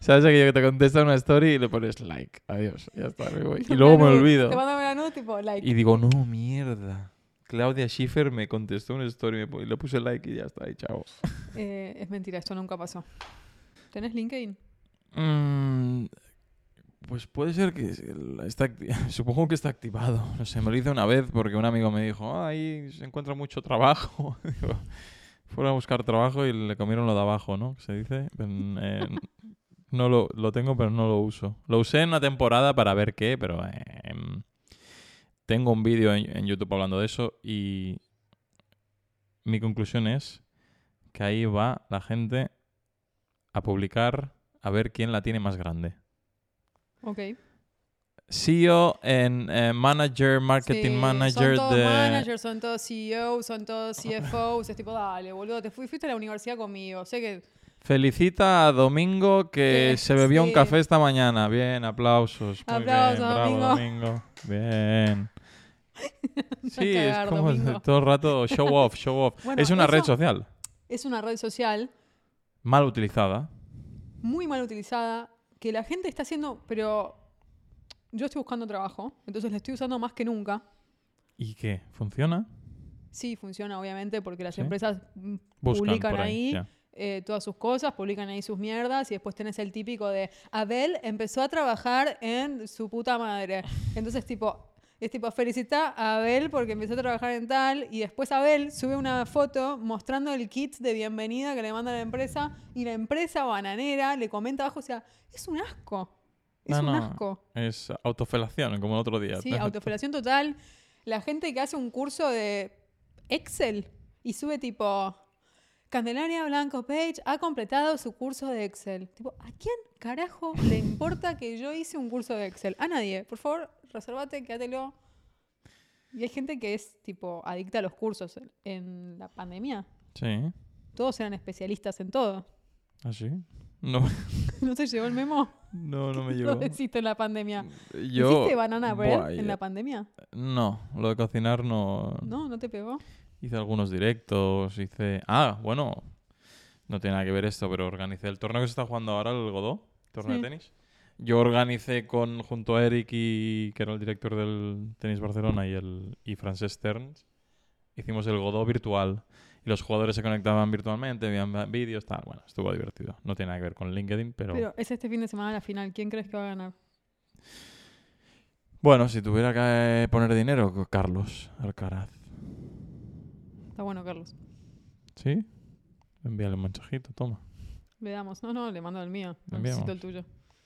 Speaker 1: ¿Sabes aquello que te contesta una story y le pones like? Adiós, ya está. me voy. Y luego me
Speaker 2: Una nube.
Speaker 1: olvido.
Speaker 2: Te mandamos una nube tipo, like.
Speaker 1: Y digo, no, mierda. Claudia Schiffer me contestó una story me pu- y le puse like y ya está, y chao.
Speaker 2: Eh, es mentira, esto nunca pasó. ¿Tenés LinkedIn?
Speaker 1: Mm, pues puede ser que es- el- está acti- supongo que está activado. No sé, me lo hice una vez porque un amigo me dijo, "Ah, ahí se encuentra mucho trabajo. Digo, Fueron a buscar trabajo y le comieron lo de abajo, ¿no? Que Se dice. En- en- no lo, lo tengo, pero no lo uso. Lo usé en una temporada para ver qué, pero eh, em, Tengo un vídeo en, en YouTube hablando de eso y mi conclusión es que ahí va la gente a publicar a ver quién la tiene más grande.
Speaker 2: Ok.
Speaker 1: CEO en eh, manager, marketing
Speaker 2: Sí,
Speaker 1: manager
Speaker 2: son todos
Speaker 1: de...
Speaker 2: managers, son todos CEOs, son todos CFOs. es tipo, dale, boludo, te fui- fuiste a la universidad conmigo. Sé que
Speaker 1: Felicita a Domingo que
Speaker 2: Que-
Speaker 1: se bebió un
Speaker 2: Eh, sí.
Speaker 1: café esta mañana. Bien, aplausos. Muy
Speaker 2: Aplausos,
Speaker 1: bien, bravo, Domingo. Bien. Sí, es
Speaker 2: cagar,
Speaker 1: como
Speaker 2: Domingo.
Speaker 1: todo el rato show off, show off.
Speaker 2: Bueno,
Speaker 1: es una red
Speaker 2: eso-
Speaker 1: social
Speaker 2: es una red social
Speaker 1: mal utilizada.
Speaker 2: muy mal utilizada que la gente está haciendo, pero yo estoy buscando trabajo, entonces la estoy usando más que nunca.
Speaker 1: ¿Y qué? ¿Funciona?
Speaker 2: Sí, funciona, obviamente, porque las
Speaker 1: Sí.
Speaker 2: empresas mm,
Speaker 1: Buscan
Speaker 2: publican
Speaker 1: por ahí.
Speaker 2: ahí,
Speaker 1: ya.
Speaker 2: eh, todas sus cosas, publican ahí sus mierdas y después tenés el típico de Abel empezó a trabajar en su puta madre. Entonces, tipo, es tipo, felicita a Abel porque empezó a trabajar en tal y después Abel sube una foto mostrando el kit de bienvenida que le manda la empresa y la empresa bananera le comenta abajo, o sea, es un asco. Es
Speaker 1: No,
Speaker 2: un
Speaker 1: no,
Speaker 2: asco.
Speaker 1: Es autofelación, como el otro día.
Speaker 2: Sí, autofelación total. La gente que hace un curso de Excel y sube tipo, Candelaria Blanco Page ha completado su curso de Excel. Tipo, ¿a quién carajo le importa que yo hice un curso de Excel? A nadie. Por favor, reservate, quédatelo. Y hay gente que es tipo adicta a los cursos en la pandemia.
Speaker 1: Sí,
Speaker 2: Todos eran especialistas en todo.
Speaker 1: así. No,
Speaker 2: ¿No te llegó el memo?
Speaker 1: no, no me
Speaker 2: No
Speaker 1: llegó.
Speaker 2: existe en la pandemia.
Speaker 1: Yo... eh.
Speaker 2: ¿Hiciste banana bread
Speaker 1: Buah,
Speaker 2: en la pandemia?
Speaker 1: No, lo de cocinar no,
Speaker 2: No, no te pegó.
Speaker 1: Hice algunos directos, hice... Ah, bueno, no tiene nada que ver esto, pero organicé el torneo que se está jugando ahora, el Godó, torneo
Speaker 2: Sí.
Speaker 1: de tenis. Yo organicé con, junto a Eric, y, que era el director del Tenis Barcelona, y, el, y Francesc Terns, hicimos el Godó virtual. Y los jugadores se conectaban virtualmente, veían va- vídeos, tal. Bueno, estuvo divertido. No tiene nada que ver con LinkedIn, pero...
Speaker 2: Pero es este fin de semana la final. ¿Quién crees que va a ganar?
Speaker 1: Bueno, si tuviera que eh, poner dinero, co- Carlos Alcaraz.
Speaker 2: Está bueno, Carlos.
Speaker 1: ¿Sí? Envíale un mensajito, toma.
Speaker 2: Le damos. No, no, le mando el mío. No
Speaker 1: Enviamos.
Speaker 2: necesito el tuyo.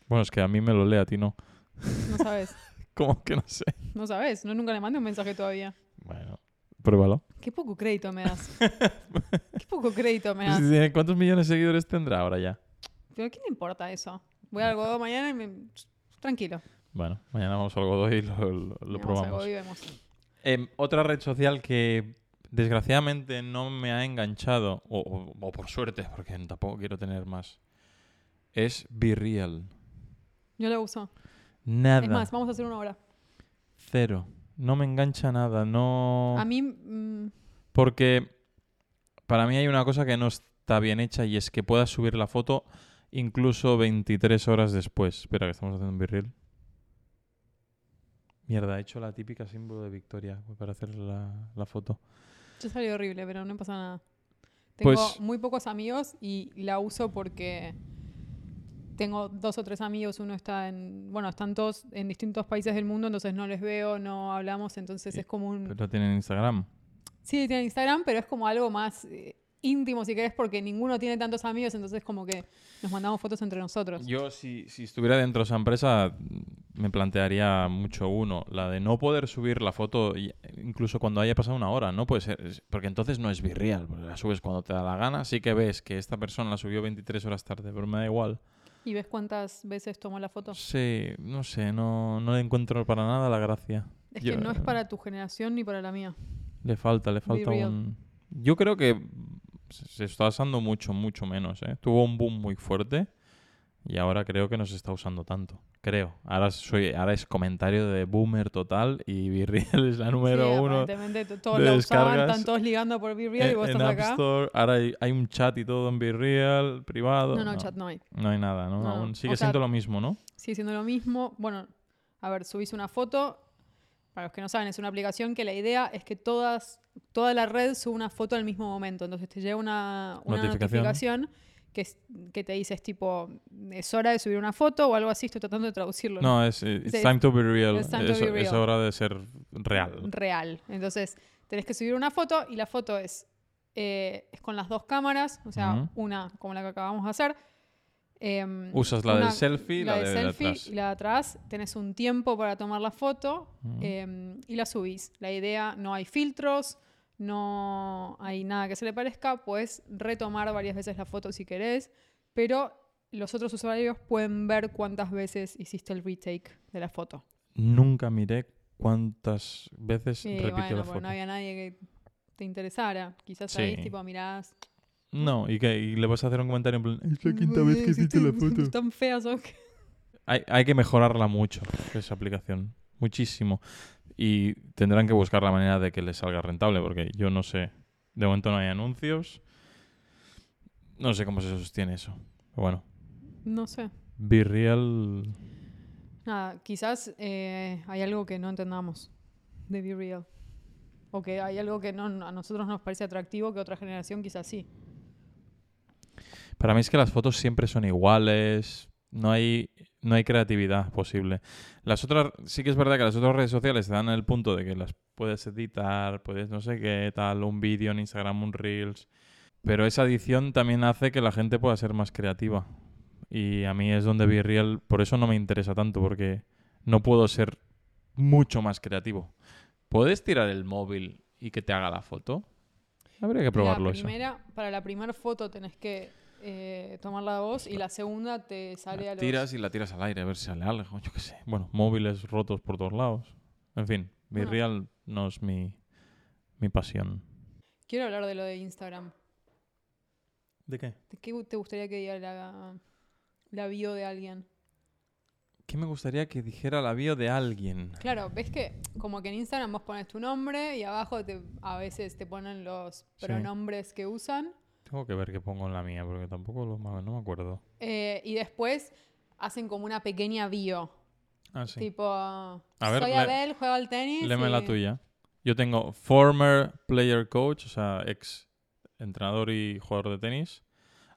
Speaker 1: Bueno, es que a mí me lo lee, a ti no.
Speaker 2: No sabes.
Speaker 1: ¿Cómo que no sé?
Speaker 2: No sabes. No, nunca le mandé un mensaje todavía.
Speaker 1: Bueno, pruébalo.
Speaker 2: Qué poco crédito me das. Qué poco crédito me das.
Speaker 1: Pues ¿Cuántos millones de seguidores tendrá ahora ya?
Speaker 2: Pero ¿a quién le importa eso? Voy al Godó mañana y me... Tranquilo.
Speaker 1: Bueno, mañana vamos al Godoy y lo, lo- lo
Speaker 2: Vamos al
Speaker 1: probamos.
Speaker 2: Godó y vemos.
Speaker 1: Em, otra red social que desgraciadamente no me ha enganchado, o, o- o por suerte, porque tampoco quiero tener más, es BeReal.
Speaker 2: Yo lo uso.
Speaker 1: Nada.
Speaker 2: Es más, vamos a hacer una hora.
Speaker 1: Cero. No me engancha nada. No.
Speaker 2: A mí... mm,
Speaker 1: Porque para mí hay una cosa que no está bien hecha y es que puedas subir la foto incluso 23 horas después. Espera, que estamos haciendo un virril. Mierda, he hecho la típica símbolo de victoria para hacer la, la foto.
Speaker 2: Yo salí horrible, pero no pasa nada. Tengo
Speaker 1: Pues-
Speaker 2: muy pocos amigos y la uso porque tengo dos o tres amigos, uno está en, bueno, están todos en distintos países del mundo, entonces no les veo, no hablamos, entonces
Speaker 1: Y-
Speaker 2: es como un...
Speaker 1: Pero tienen Instagram.
Speaker 2: Sí, tienen Instagram, pero es como algo más eh, íntimo, si querés, porque ninguno tiene tantos amigos, entonces como que nos mandamos fotos entre nosotros.
Speaker 1: Yo, si, si estuviera dentro de esa empresa, me plantearía mucho uno. La de no poder subir la foto, y- incluso cuando haya pasado una hora, no puede ser. es- Porque entonces no es virreal. porque La subes cuando te da la gana. Sí que ves que esta persona la subió 23 horas tarde, pero me da igual.
Speaker 2: ¿Y ves cuántas veces tomó la foto?
Speaker 1: Sí, no sé, no, no le encuentro para nada la gracia.
Speaker 2: Es
Speaker 1: Yo-
Speaker 2: que no es para tu generación ni para la mía.
Speaker 1: Le falta, le falta
Speaker 2: real.
Speaker 1: un. Yo creo que se se está usando mucho, mucho menos. ¿eh? Tuvo un boom muy fuerte y ahora creo que no se está usando tanto. Creo. Ahora soy, ahora es comentario de boomer total y Virreal es la número
Speaker 2: Sí,
Speaker 1: uno
Speaker 2: aparentemente t- todos
Speaker 1: de
Speaker 2: la usaban,
Speaker 1: descargas
Speaker 2: están todos ligando por B-Real y
Speaker 1: en,
Speaker 2: vos
Speaker 1: en
Speaker 2: estás
Speaker 1: App
Speaker 2: acá.
Speaker 1: Store. Ahora hay, hay un chat y todo en Virreal privado.
Speaker 2: No, no, chat no hay.
Speaker 1: No hay nada, ¿no?
Speaker 2: No, no.
Speaker 1: Aún sigue
Speaker 2: O sea,
Speaker 1: siendo lo mismo, ¿no?
Speaker 2: sigue siendo lo mismo. Bueno, a ver, subís una foto. Para los que no saben, es una aplicación que la idea es que todas, toda la red sube una foto al mismo momento. Entonces te llega una, una
Speaker 1: Notificación.
Speaker 2: notificación, que, es- que te dice, es tipo, es hora de subir una foto o algo así. Estoy tratando de traducirlo. ¿no?
Speaker 1: No, es eh, it's
Speaker 2: es-
Speaker 1: time to be real.
Speaker 2: it's time to
Speaker 1: es,
Speaker 2: be
Speaker 1: es
Speaker 2: real.
Speaker 1: hora de ser real.
Speaker 2: real. Entonces, tenés que subir una foto y la foto es, eh, es con las dos cámaras, o sea,
Speaker 1: Ujú.
Speaker 2: una como la que acabamos de hacer, Em,
Speaker 1: Usas la
Speaker 2: una-
Speaker 1: del selfie, la,
Speaker 2: la de
Speaker 1: de,
Speaker 2: selfie
Speaker 1: atrás.
Speaker 2: y la de atrás. Tenés un tiempo para tomar la foto
Speaker 1: Ujú.
Speaker 2: em, y la subís. La idea, no hay filtros, no hay nada que se le parezca. Puedes retomar varias veces la foto si querés, pero los otros usuarios pueden ver cuántas veces hiciste el retake de la foto.
Speaker 1: Nunca miré cuántas veces
Speaker 2: Y
Speaker 1: repitió
Speaker 2: Eh, bueno,
Speaker 1: la
Speaker 2: porque
Speaker 1: foto.
Speaker 2: no había nadie que te interesara. Quizás
Speaker 1: Sí.
Speaker 2: ahí tipo mirás.
Speaker 1: No, ¿y qué? ¿Y le vas a hacer un comentario en plan, es la quinta
Speaker 2: "Ay,
Speaker 1: vez que hiciste la foto?
Speaker 2: "Mm, Tan feas son que-
Speaker 1: Hay, hay que mejorarla mucho, esa aplicación. Muchísimo. Y tendrán que buscar la manera de que les salga rentable, porque yo no sé. De momento no hay anuncios. No sé cómo se sostiene eso. Pero bueno,
Speaker 2: No sé.
Speaker 1: Be Real.
Speaker 2: Nada, quizás eh, hay algo que no entendamos de Be Real. O que hay algo que no, a nosotros nos parece atractivo que a otra generación quizás sí.
Speaker 1: Para mí es que las fotos siempre son iguales. No hay, no hay creatividad posible. Las otras, sí que es verdad que las otras redes sociales te dan el punto de que las puedes editar, puedes no sé qué, tal, un vídeo en Instagram, un Reels. Pero esa edición también hace que la gente pueda ser más creativa. Y a mí es donde Be Real, por eso no me interesa tanto, porque no puedo ser mucho más creativo. ¿Puedes tirar el móvil y que te haga la foto? Habría que probarlo
Speaker 2: la
Speaker 1: eso.
Speaker 2: primera, Para la primera foto tenés que eh, tomar la voz y la segunda te sale
Speaker 1: La
Speaker 2: a los...
Speaker 1: tiras y la tiras al aire a ver si sale algo, yo qué sé. Bueno, móviles rotos por todos lados. En fin,
Speaker 2: Bueno.
Speaker 1: Virreal no es mi, mi pasión.
Speaker 2: Quiero hablar de lo de Instagram.
Speaker 1: ¿De qué?
Speaker 2: ¿De qué te gustaría que diga la, la bio de alguien?
Speaker 1: ¿Qué me gustaría que dijera la bio de alguien?
Speaker 2: Claro, ves que como que en Instagram vos pones tu nombre y abajo te, a veces te ponen los
Speaker 1: Sí.
Speaker 2: pronombres que usan.
Speaker 1: Tengo que ver qué pongo en la mía, porque tampoco lo, no me acuerdo.
Speaker 2: Eh, y después hacen como una pequeña bio.
Speaker 1: Ah, sí.
Speaker 2: Tipo,
Speaker 1: ver,
Speaker 2: soy
Speaker 1: le-
Speaker 2: Abel, juego al tenis.
Speaker 1: Léeme
Speaker 2: y-
Speaker 1: la tuya. Yo tengo former player coach, o sea, ex entrenador y jugador de tenis.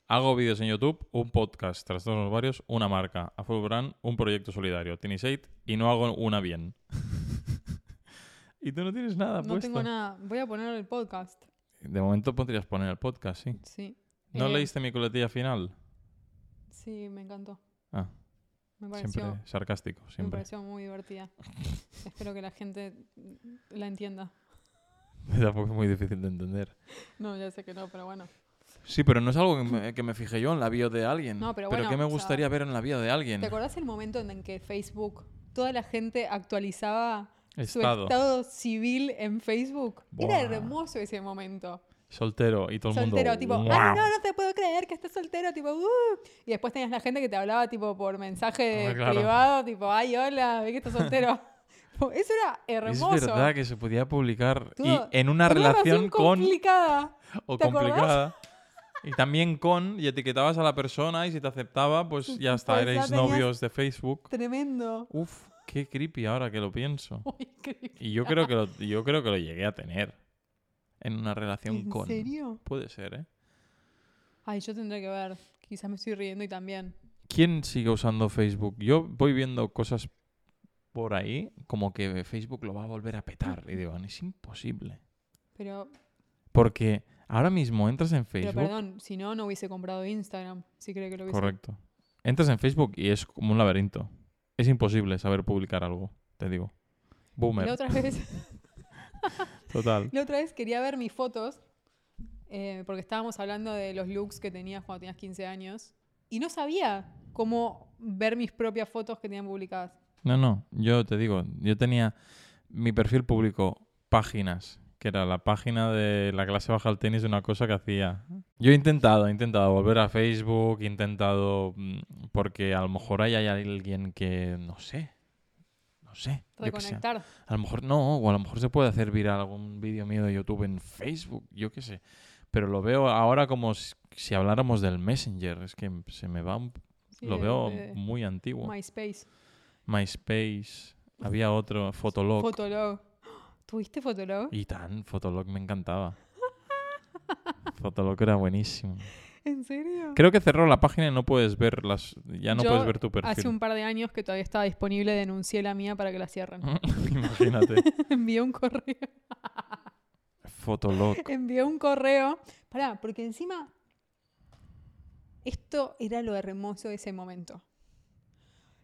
Speaker 1: Hago vídeos en YouTube, un podcast, trastornos varios, una marca, a full brand, un proyecto solidario, Tennis 8 y no hago una bien. y tú no tienes nada
Speaker 2: No
Speaker 1: puesto.
Speaker 2: tengo nada. Voy a poner el podcast.
Speaker 1: De momento podrías poner el podcast, sí.
Speaker 2: Sí.
Speaker 1: ¿No
Speaker 2: Eh,
Speaker 1: leíste mi coletilla final?
Speaker 2: Sí, me encantó.
Speaker 1: Ah,
Speaker 2: Me pareció,
Speaker 1: siempre sarcástico,
Speaker 2: me
Speaker 1: siempre.
Speaker 2: pareció muy divertida. Espero que la gente la entienda.
Speaker 1: Tampoco es muy difícil de entender.
Speaker 2: No, ya sé que no, pero bueno.
Speaker 1: Sí, pero no es algo que me, que me fijé yo en la bio de alguien.
Speaker 2: No, pero bueno,
Speaker 1: ¿qué me
Speaker 2: o sea,
Speaker 1: gustaría ver en la bio de alguien?
Speaker 2: ¿Te acordás el momento en que Facebook, toda la gente actualizaba su
Speaker 1: Estado.
Speaker 2: estado civil en Facebook?
Speaker 1: Buah.
Speaker 2: Era hermoso ese momento.
Speaker 1: Soltero y todo el mundo.
Speaker 2: soltero, tipo,
Speaker 1: "Guau".
Speaker 2: ah, no, no te puedo creer que estés soltero, tipo, "Uh". Y después tenías la gente que te hablaba, tipo, por mensaje
Speaker 1: Ah, claro.
Speaker 2: privado, tipo, ay, hola, ve que estás soltero. Tipo, Eso era hermoso.
Speaker 1: Es verdad que se podía publicar
Speaker 2: Tú,
Speaker 1: y en una
Speaker 2: Tenía
Speaker 1: relación con
Speaker 2: complicada.
Speaker 1: o
Speaker 2: ¿te acordás?
Speaker 1: complicada. Y también con, y etiquetabas a la persona y si te aceptaba, pues ya está,
Speaker 2: Pues ya
Speaker 1: erais
Speaker 2: tenías-
Speaker 1: novios de Facebook.
Speaker 2: Tremendo.
Speaker 1: Uf, qué creepy ahora que lo pienso.
Speaker 2: Muy creepy.
Speaker 1: Y yo creo que lo, yo creo que lo llegué a tener en una relación
Speaker 2: ¿En
Speaker 1: con.
Speaker 2: serio?
Speaker 1: Puede ser, ¿eh?
Speaker 2: Ay, yo tendré que ver. Quizás me estoy riendo y también.
Speaker 1: ¿Quién sigue usando Facebook? Yo voy viendo cosas por ahí como que Facebook lo va a volver a petar. Y digo, es imposible.
Speaker 2: Pero,
Speaker 1: Porque ahora mismo entras en
Speaker 2: pero
Speaker 1: Facebook.
Speaker 2: perdón, si no, no hubiese comprado Instagram. Si cree que lo hubiese.
Speaker 1: correcto. Entras en Facebook y es como un laberinto. Es imposible saber publicar algo, te digo.
Speaker 2: Y La
Speaker 1: Boomer,
Speaker 2: otra vez.
Speaker 1: total.
Speaker 2: La otra vez quería ver mis fotos, eh, porque estábamos hablando de los looks que tenías cuando tenías 15 años, y no sabía cómo ver mis propias fotos que tenían publicadas.
Speaker 1: No, no, yo te digo, yo tenía mi perfil público páginas, que era la página de la clase baja al tenis, una cosa que hacía. Yo he intentado, he intentado volver a Facebook, he intentado mm, porque a lo mejor ahí hay alguien que no sé, no sé, yo qué sé.
Speaker 2: Reconectar.
Speaker 1: A lo mejor no, o a lo mejor se puede hacer viral algún vídeo mío de YouTube en Facebook, yo qué sé. Pero lo veo ahora como si, si habláramos del Messenger, es que se me va, un-
Speaker 2: Sí,
Speaker 1: lo
Speaker 2: de-
Speaker 1: veo
Speaker 2: de
Speaker 1: muy antiguo.
Speaker 2: MySpace.
Speaker 1: MySpace, había otro, Fotolog.
Speaker 2: Fotolog. ¿Tuviste Fotolog?
Speaker 1: y tan, Fotolog me encantaba. Fotolog era buenísimo.
Speaker 2: ¿En serio?
Speaker 1: Creo que cerró la página y no puedes ver las, ya no
Speaker 2: Yo
Speaker 1: puedes ver tu perfil.
Speaker 2: Hace un par de años que todavía estaba disponible, denuncié la mía para que la cierren.
Speaker 1: Ah. Imagínate.
Speaker 2: envié un correo.
Speaker 1: Fotolog.
Speaker 2: Envié un correo. Pará, porque encima Esto era lo hermoso de ese momento.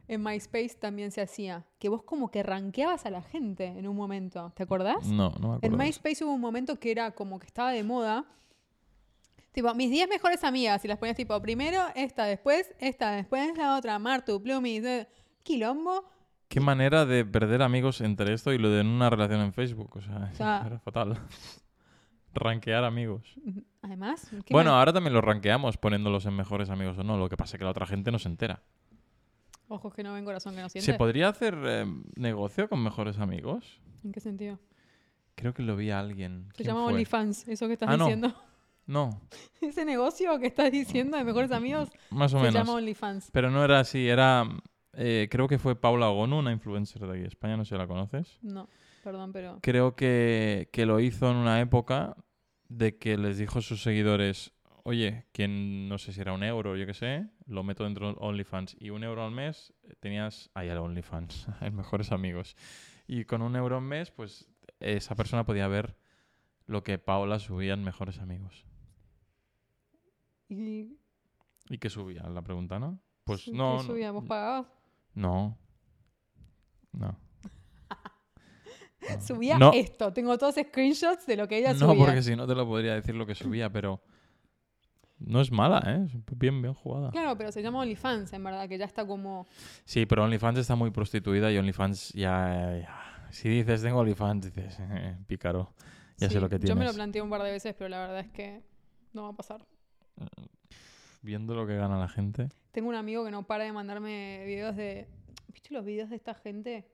Speaker 2: En MySpace también se hacía, que vos como que ranqueabas a la gente en un momento, ¿te acordás?
Speaker 1: Mm, No, no me acuerdo. de
Speaker 2: En MySpace hubo un momento que era como que estaba de moda. Tipo, mis 10 mejores amigas, y las ponías tipo, primero esta, después esta, después la otra, Martu, Plumi, de- quilombo.
Speaker 1: eso. Qué manera de perder amigos entre esto y lo de una relación en Facebook. O sea,
Speaker 2: sea-
Speaker 1: era fatal. Rankear amigos.
Speaker 2: Además, ¿qué
Speaker 1: Bueno,
Speaker 2: más?
Speaker 1: ahora también los rankeamos poniéndolos en mejores amigos o no. Lo que pasa es que la otra gente no se entera.
Speaker 2: ojos que no ven, corazón que no
Speaker 1: ah, ¿Se
Speaker 2: siente.
Speaker 1: podría hacer eh, negocio con mejores amigos?
Speaker 2: ¿En qué sentido?
Speaker 1: Creo que lo vi a alguien.
Speaker 2: Se
Speaker 1: ¿Quién
Speaker 2: llama
Speaker 1: fue?
Speaker 2: OnlyFans, eso que estás
Speaker 1: Ah, no.
Speaker 2: diciendo.
Speaker 1: No,
Speaker 2: Ese negocio que estás diciendo de mejores amigos
Speaker 1: más o
Speaker 2: se
Speaker 1: menos.
Speaker 2: llama OnlyFans.
Speaker 1: Pero no era así, era... eh, creo que fue Paula Ogonu, una influencer de aquí de España, no sé si la conoces.
Speaker 2: No, perdón, pero.
Speaker 1: Creo que, que lo hizo en una época de que les dijo a sus seguidores, oye, quien no sé si era un euro, yo qué sé, lo meto dentro del OnlyFans. Y un euro al mes eh, tenías ahí al OnlyFans, en mejores amigos. Y con un euro al mes, pues esa persona podía ver lo que Paula subía en mejores amigos.
Speaker 2: ¿Y
Speaker 1: ¿Y qué subía? La pregunta, ¿no? Pues
Speaker 2: qué
Speaker 1: no. no-
Speaker 2: subía? ¿Vos pagabas?
Speaker 1: No. No. No.
Speaker 2: Subía
Speaker 1: No,
Speaker 2: esto. Tengo todos screenshots de lo que ella
Speaker 1: no
Speaker 2: subía.
Speaker 1: porque si no te lo podría decir lo que subía, pero. No es mala, ¿eh? Es Bien, bien jugada.
Speaker 2: Claro, pero se llama OnlyFans, en verdad, que ya está como.
Speaker 1: Sí, pero OnlyFans está muy prostituida y OnlyFans ya. ya. Si dices tengo OnlyFans, dices, "Eh, pícaro. Ya sé
Speaker 2: Sí,
Speaker 1: lo que
Speaker 2: Yo me lo
Speaker 1: tienes.
Speaker 2: planteé un par de veces, pero la verdad es que no va a pasar.
Speaker 1: Viendo lo que gana la gente.
Speaker 2: Tengo un amigo que no para de mandarme videos de. ¿Viste los videos de esta gente?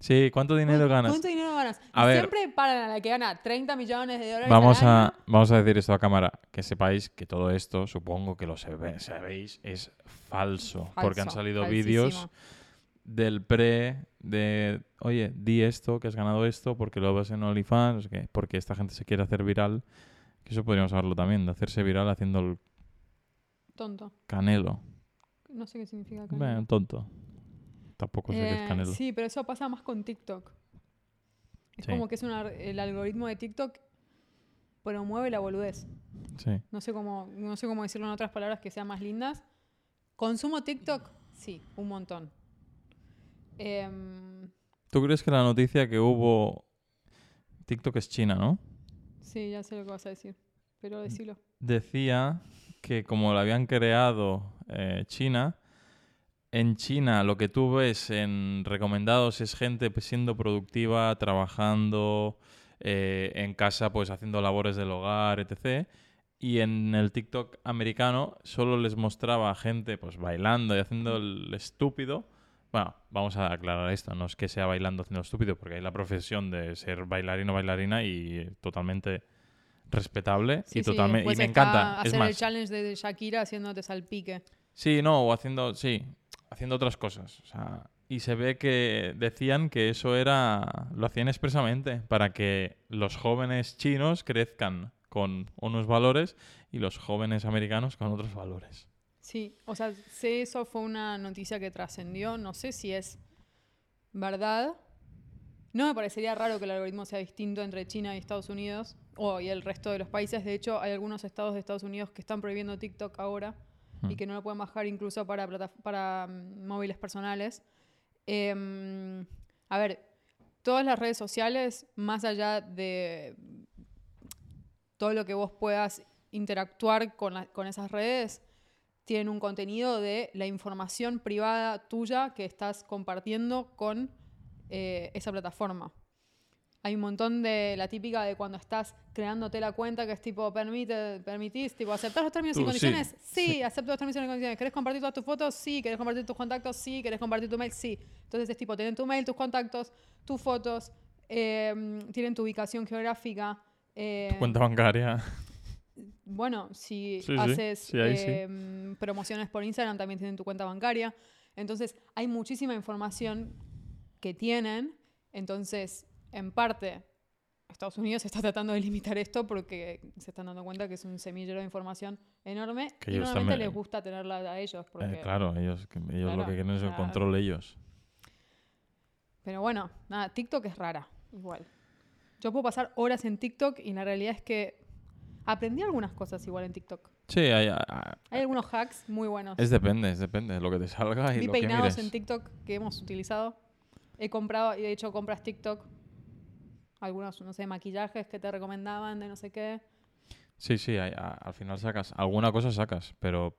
Speaker 1: Sí, ¿cuánto dinero
Speaker 2: ¿Cuánto-
Speaker 1: ganas?
Speaker 2: ¿Cuánto dinero ganas?
Speaker 1: A
Speaker 2: Y
Speaker 1: ver.
Speaker 2: Siempre paran a la que gana 30 millones de dólares.
Speaker 1: Vamos
Speaker 2: al
Speaker 1: a,
Speaker 2: año.
Speaker 1: vamos a decir esto a cámara. Que sepáis que todo esto, supongo que lo sabe- sabéis, es falso. porque han
Speaker 2: Falso,
Speaker 1: salido vídeos
Speaker 2: falsísimo.
Speaker 1: del pre de, oye, di esto, que has ganado esto, porque lo ves en OnlyFans, no sé qué, porque esta gente se quiere hacer viral. Que eso podríamos hablarlo también, de hacerse viral haciendo el
Speaker 2: Tonto.
Speaker 1: canelo.
Speaker 2: No sé qué significa. canela.
Speaker 1: Bueno, tonto. Tampoco sé qué
Speaker 2: Eh,
Speaker 1: es canelo.
Speaker 2: Sí, pero eso pasa más con TikTok. Es
Speaker 1: Sí.
Speaker 2: como que es una- el algoritmo de TikTok promueve la boludez.
Speaker 1: Sí.
Speaker 2: No sé, cómo, no sé cómo decirlo en otras palabras que sean más lindas. ¿Consumo TikTok? Sí, un montón. Em,
Speaker 1: ¿Tú crees que la noticia que hubo... TikTok es China, ¿no?
Speaker 2: sí, ya sé lo que vas a decir. Pero decilo.
Speaker 1: decía que como la habían creado eh, China, en China lo que tú ves en recomendados es gente pues, siendo productiva, trabajando, eh, en casa pues haciendo labores del hogar, etc. Y en el TikTok americano solo les mostraba gente pues bailando y haciendo el estúpido. Bueno, vamos a aclarar esto, no es que sea bailando haciendo el estúpido, porque hay la profesión de ser bailarino o bailarina y totalmente respetable
Speaker 2: Sí,
Speaker 1: y
Speaker 2: sí,
Speaker 1: totalmente y
Speaker 2: después
Speaker 1: me
Speaker 2: está
Speaker 1: encanta, es
Speaker 2: Hacer el
Speaker 1: más.
Speaker 2: challenge de Shakira haciéndote salpique.
Speaker 1: Sí, no, o haciendo, sí, haciendo otras cosas. o sea, y se ve que decían que eso era, lo hacían expresamente para que los jóvenes chinos crezcan con unos valores y los jóvenes americanos con otros valores.
Speaker 2: Sí, o sea, sé eso fue una noticia que trascendió, no sé si es verdad. No me parecería raro que el algoritmo sea distinto entre China y Estados Unidos o y el resto de los países. De hecho, hay algunos estados de Estados Unidos que están prohibiendo TikTok ahora y
Speaker 1: Hmm.
Speaker 2: que no lo pueden bajar incluso para, plata- para mm, móviles personales. Em, a ver, todas las redes sociales, más allá de todo lo que vos puedas interactuar con, la- con esas redes, tienen un contenido de la información privada tuya que estás compartiendo con eh, esa plataforma. Hay un montón de la típica de cuando estás creándote la cuenta que es tipo, permite, permitís, tipo, ¿aceptás los términos y
Speaker 1: Tú, Uh, sí,
Speaker 2: condiciones? Sí,
Speaker 1: sí.
Speaker 2: acepto los términos y condiciones. ¿Querés compartir todas tus fotos? Sí. ¿Querés compartir tus contactos? Sí. ¿Querés compartir tu mail? Sí. Entonces es tipo, tienen tu mail, tus contactos, tus fotos, eh, tienen tu ubicación geográfica. eh,
Speaker 1: Tu cuenta bancaria. eh,
Speaker 2: bueno, si
Speaker 1: Sí, sí,
Speaker 2: haces
Speaker 1: sí, ahí sí.
Speaker 2: em, promociones por Instagram, también tienen tu cuenta bancaria. Entonces, hay muchísima información que tienen. Entonces, en parte, Estados Unidos está tratando de limitar esto porque se están dando cuenta que es un semillero de información enorme.
Speaker 1: Que
Speaker 2: y
Speaker 1: ellos
Speaker 2: normalmente
Speaker 1: también-
Speaker 2: les gusta tenerla a ellos. Porque...
Speaker 1: Eh, claro, ellos, que- ellos
Speaker 2: Claro,
Speaker 1: lo que quieren es el
Speaker 2: claro.
Speaker 1: control ellos.
Speaker 2: Pero bueno, nada, TikTok es rara, igual. Yo puedo pasar horas en TikTok y la realidad es que aprendí algunas cosas igual en TikTok.
Speaker 1: Sí, hay, a-
Speaker 2: Hay algunos hacks muy buenos.
Speaker 1: es depende, es depende de lo que te salga y
Speaker 2: Vi
Speaker 1: lo que
Speaker 2: peinados
Speaker 1: mires.
Speaker 2: en TikTok que hemos utilizado. He comprado, y de hecho compras TikTok, algunos, no sé, maquillajes que te recomendaban de no sé qué.
Speaker 1: Sí, sí, hay- a- al final sacas, alguna cosa sacas, pero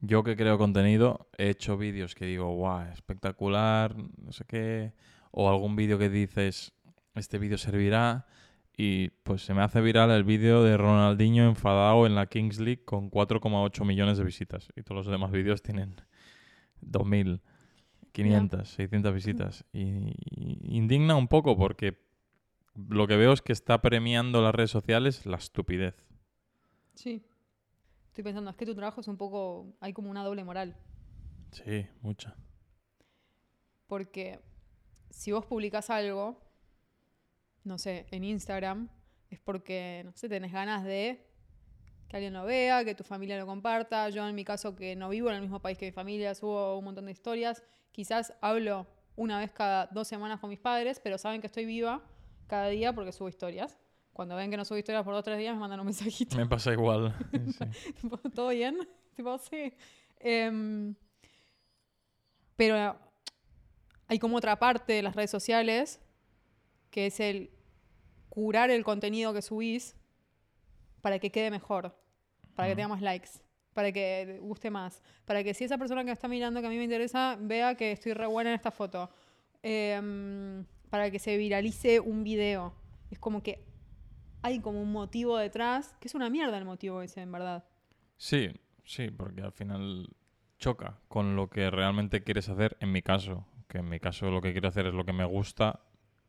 Speaker 1: yo que creo contenido he hecho vídeos que digo, guau, espectacular, no sé qué, o algún vídeo que dices, este vídeo servirá, y pues se me hace viral el vídeo de Ronaldinho enfadado en la Kings League con 4,8 millones de visitas, y todos los demás vídeos tienen 2.000, 500, 600 visitas, y, y indigna un poco porque lo que veo es que está premiando las redes sociales la estupidez.
Speaker 2: Sí. Estoy pensando, es que tu trabajo es un poco, hay como una doble moral.
Speaker 1: Sí, mucha.
Speaker 2: Porque si vos publicás algo, no sé, en Instagram, es porque, no sé, tenés ganas de que alguien lo vea, que tu familia lo comparta. Yo en mi caso que no vivo en el mismo país que mi familia, subo un montón de historias. Quizás hablo una vez cada dos semanas con mis padres, pero saben que estoy viva cada día porque subo historias. Cuando ven que no subo historias por dos o tres días, me mandan un mensajito.
Speaker 1: Me pasa igual. sí.
Speaker 2: Tipo, ¿todo bien? Tipo, sí. Em, pero hay como otra parte de las redes sociales que es el curar el contenido que subís para que quede mejor, para que tenga más likes, para que guste más, para que si esa persona que está mirando que a mí me interesa vea que estoy re buena en esta foto, Em, para que se viralice un video. Es como que hay como un motivo detrás, que es una mierda el motivo ese, en verdad.
Speaker 1: sí, sí, porque al final choca con lo que realmente quieres hacer en mi caso. Que en mi caso lo que quiero hacer es lo que me gusta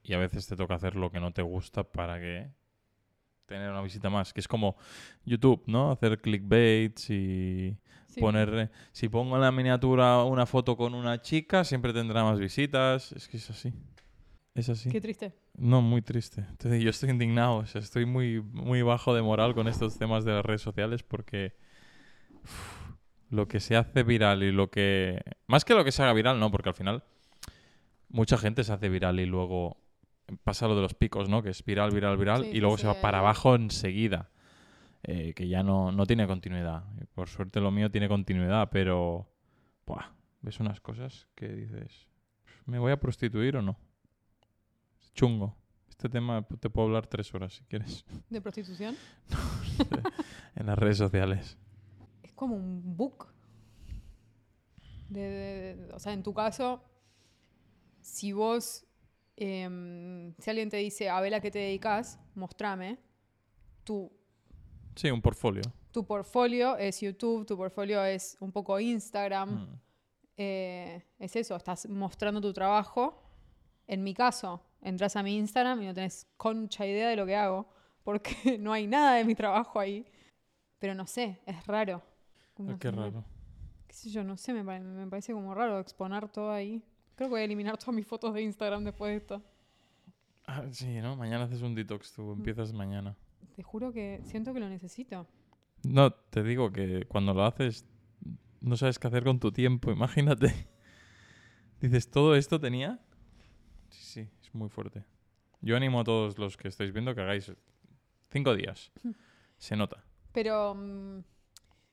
Speaker 1: y a veces te toca hacer lo que no te gusta para que tener una visita más. Que es como YouTube, ¿no? Hacer clickbaits y
Speaker 2: Sí.
Speaker 1: poner... eh, Si pongo en la miniatura una foto con una chica, siempre tendrá más visitas. Es que es así. Es así.
Speaker 2: Qué triste.
Speaker 1: No, muy triste. Entonces, yo estoy indignado, o sea, estoy muy, muy bajo de moral con estos temas de las redes sociales porque uf, lo que se hace viral y lo que... Más que lo que se haga viral, no, porque al final mucha gente se hace viral y luego pasa lo de los picos, ¿no? Que es viral, viral, viral
Speaker 2: Sí,
Speaker 1: y
Speaker 2: sí,
Speaker 1: luego
Speaker 2: sí,
Speaker 1: se va
Speaker 2: ahí-
Speaker 1: para abajo enseguida, eh, que ya no, no tiene continuidad. Y Por suerte lo mío tiene continuidad, pero... Buah, ves unas cosas que dices, ¿me voy a prostituir o no? Es chungo. Este tema pu- te puedo hablar tres horas si quieres.
Speaker 2: ¿De prostitución?
Speaker 1: En las redes sociales.
Speaker 2: Es como un book. De, de- de- o sea, en tu caso, si vos, em, si alguien te dice, a ver a qué te dedicas, mostrame, tu,
Speaker 1: Sí, un portfolio.
Speaker 2: tu portfolio es YouTube, tu portfolio es un poco Instagram,
Speaker 1: Mm.
Speaker 2: eh, es eso, estás mostrando tu trabajo. En mi caso, entras a mi Instagram y no tenés concha idea de lo que hago, porque no hay nada de mi trabajo ahí. Pero no sé, es raro. Como
Speaker 1: Ay,
Speaker 2: no
Speaker 1: Ah, qué
Speaker 2: sé,
Speaker 1: raro.
Speaker 2: Qué sé yo, no sé, me, pare- me parece como raro exponer todo ahí. Creo que voy a eliminar todas mis fotos de Instagram después de esto.
Speaker 1: Ah, sí, ¿no? Mañana haces un detox, tú empiezas mañana.
Speaker 2: Te juro que siento que lo necesito.
Speaker 1: No, te digo que cuando lo haces no sabes qué hacer con tu tiempo, imagínate. Dices, ¿todo esto tenía? Sí, sí, es muy fuerte. Yo animo a todos los que estáis viendo que hagáis cinco días. Se nota.
Speaker 2: Pero mm,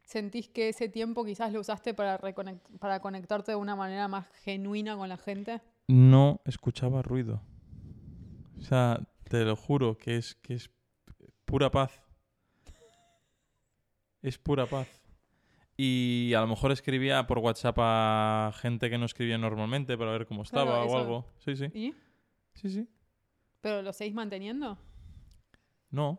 Speaker 2: sentís que ese tiempo quizás lo usaste para, reconect- para conectarte de una manera más genuina con la gente.
Speaker 1: no escuchaba ruido. O sea, te lo juro que es que es pura paz. Es pura paz. Y a lo mejor escribía por WhatsApp a gente que no escribía normalmente para ver cómo
Speaker 2: Claro,
Speaker 1: estaba o
Speaker 2: eso.
Speaker 1: algo. Sí, sí.
Speaker 2: ¿Y?
Speaker 1: Sí, sí.
Speaker 2: ¿Pero lo seguís manteniendo?
Speaker 1: No.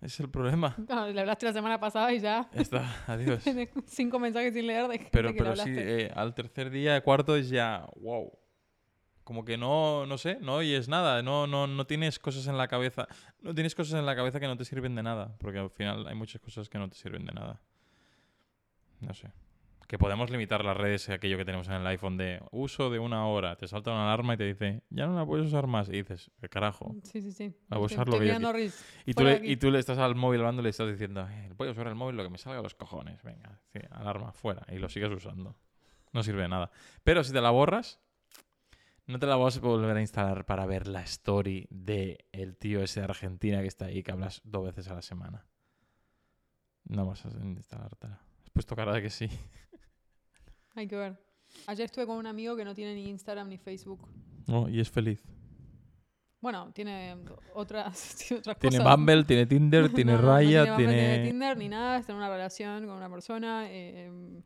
Speaker 1: Es el problema.
Speaker 2: No, Ah, le hablaste la semana pasada y ya
Speaker 1: Ya está, adiós.
Speaker 2: tenés cinco mensajes sin leer de gente
Speaker 1: Pero,
Speaker 2: que le
Speaker 1: pero sí,
Speaker 2: hablaste.
Speaker 1: eh, al tercer día, cuarto es ya, wow. Como que no, no sé, no oyes nada, no, no, no tienes cosas en la cabeza, no tienes cosas en la cabeza que no te sirven de nada, porque al final hay muchas cosas que no te sirven de nada. No sé. Que podemos limitar las redes a aquello que tenemos en el iPhone de uso de una hora, te salta una alarma y te dice, ya no la puedes usar más, y dices, "¿Qué carajo.
Speaker 2: Sí, sí, sí.
Speaker 1: A usar lo que
Speaker 2: Estoy-
Speaker 1: yo
Speaker 2: estoy mirando Reels.
Speaker 1: Y tú,
Speaker 2: Fuera
Speaker 1: le,
Speaker 2: de aquí.
Speaker 1: y tú le estás al móvil hablando y le estás diciendo, "Eh, voy a usar el móvil lo que me salga a los cojones. Venga, sí, alarma, fuera. Y lo sigues usando. No sirve de nada. Pero si te la borras, no te la vas a volver a instalar para ver la story de el tío ese de Argentina que está ahí que hablas dos veces a la semana. No vas a instalártela. Después tocará de que sí.
Speaker 2: Hay que ver. Ayer estuve con un amigo que no tiene ni Instagram ni Facebook.
Speaker 1: No, y es feliz.
Speaker 2: Pues Bueno, tiene otras, tiene otras
Speaker 1: Tiene
Speaker 2: cosas.
Speaker 1: Bumble, tiene Tinder, tiene
Speaker 2: No, no
Speaker 1: Raya,
Speaker 2: Bumble,
Speaker 1: tiene...
Speaker 2: ni Tinder ni nada, está en una relación con una persona eh, em,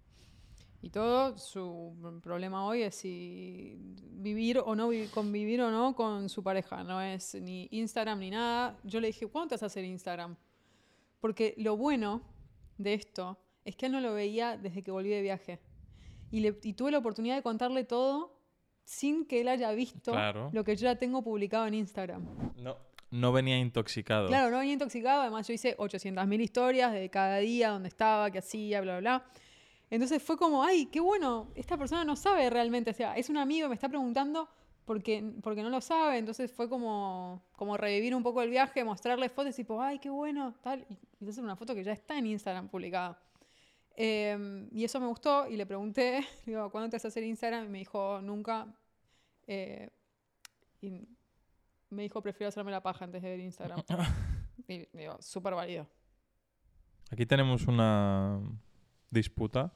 Speaker 2: y todo. Su problema hoy es si vivir o no vi- convivir o no con su pareja. No es ni Instagram ni nada. Yo le dije, ¿cuándo te vas a hacer Instagram? Porque lo bueno de esto es que él no lo veía desde que volví de viaje. Y, le- y tuve la oportunidad de contarle todo sin que él haya visto
Speaker 1: Claro.
Speaker 2: lo que yo ya tengo publicado en Instagram.
Speaker 1: No, no venía intoxicado.
Speaker 2: Claro, no venía intoxicado. Además, yo hice 800.000 historias de cada día, dónde estaba, qué hacía, bla, bla, bla. Entonces fue como, ay, qué bueno, esta persona no sabe realmente. O sea, es un amigo, me está preguntando porque, porque no lo sabe. Entonces fue como, como revivir un poco el viaje, mostrarle fotos, tipo, ay, qué bueno, tal. Y entonces era una foto que ya está en Instagram publicada. Eh, y eso me gustó y le pregunté, digo, ¿cuándo te vas a hacer Instagram? Y me dijo, nunca. Eh, y me dijo, prefiero hacerme la paja antes de ver Instagram. Y digo, súper válido.
Speaker 1: Aquí tenemos una disputa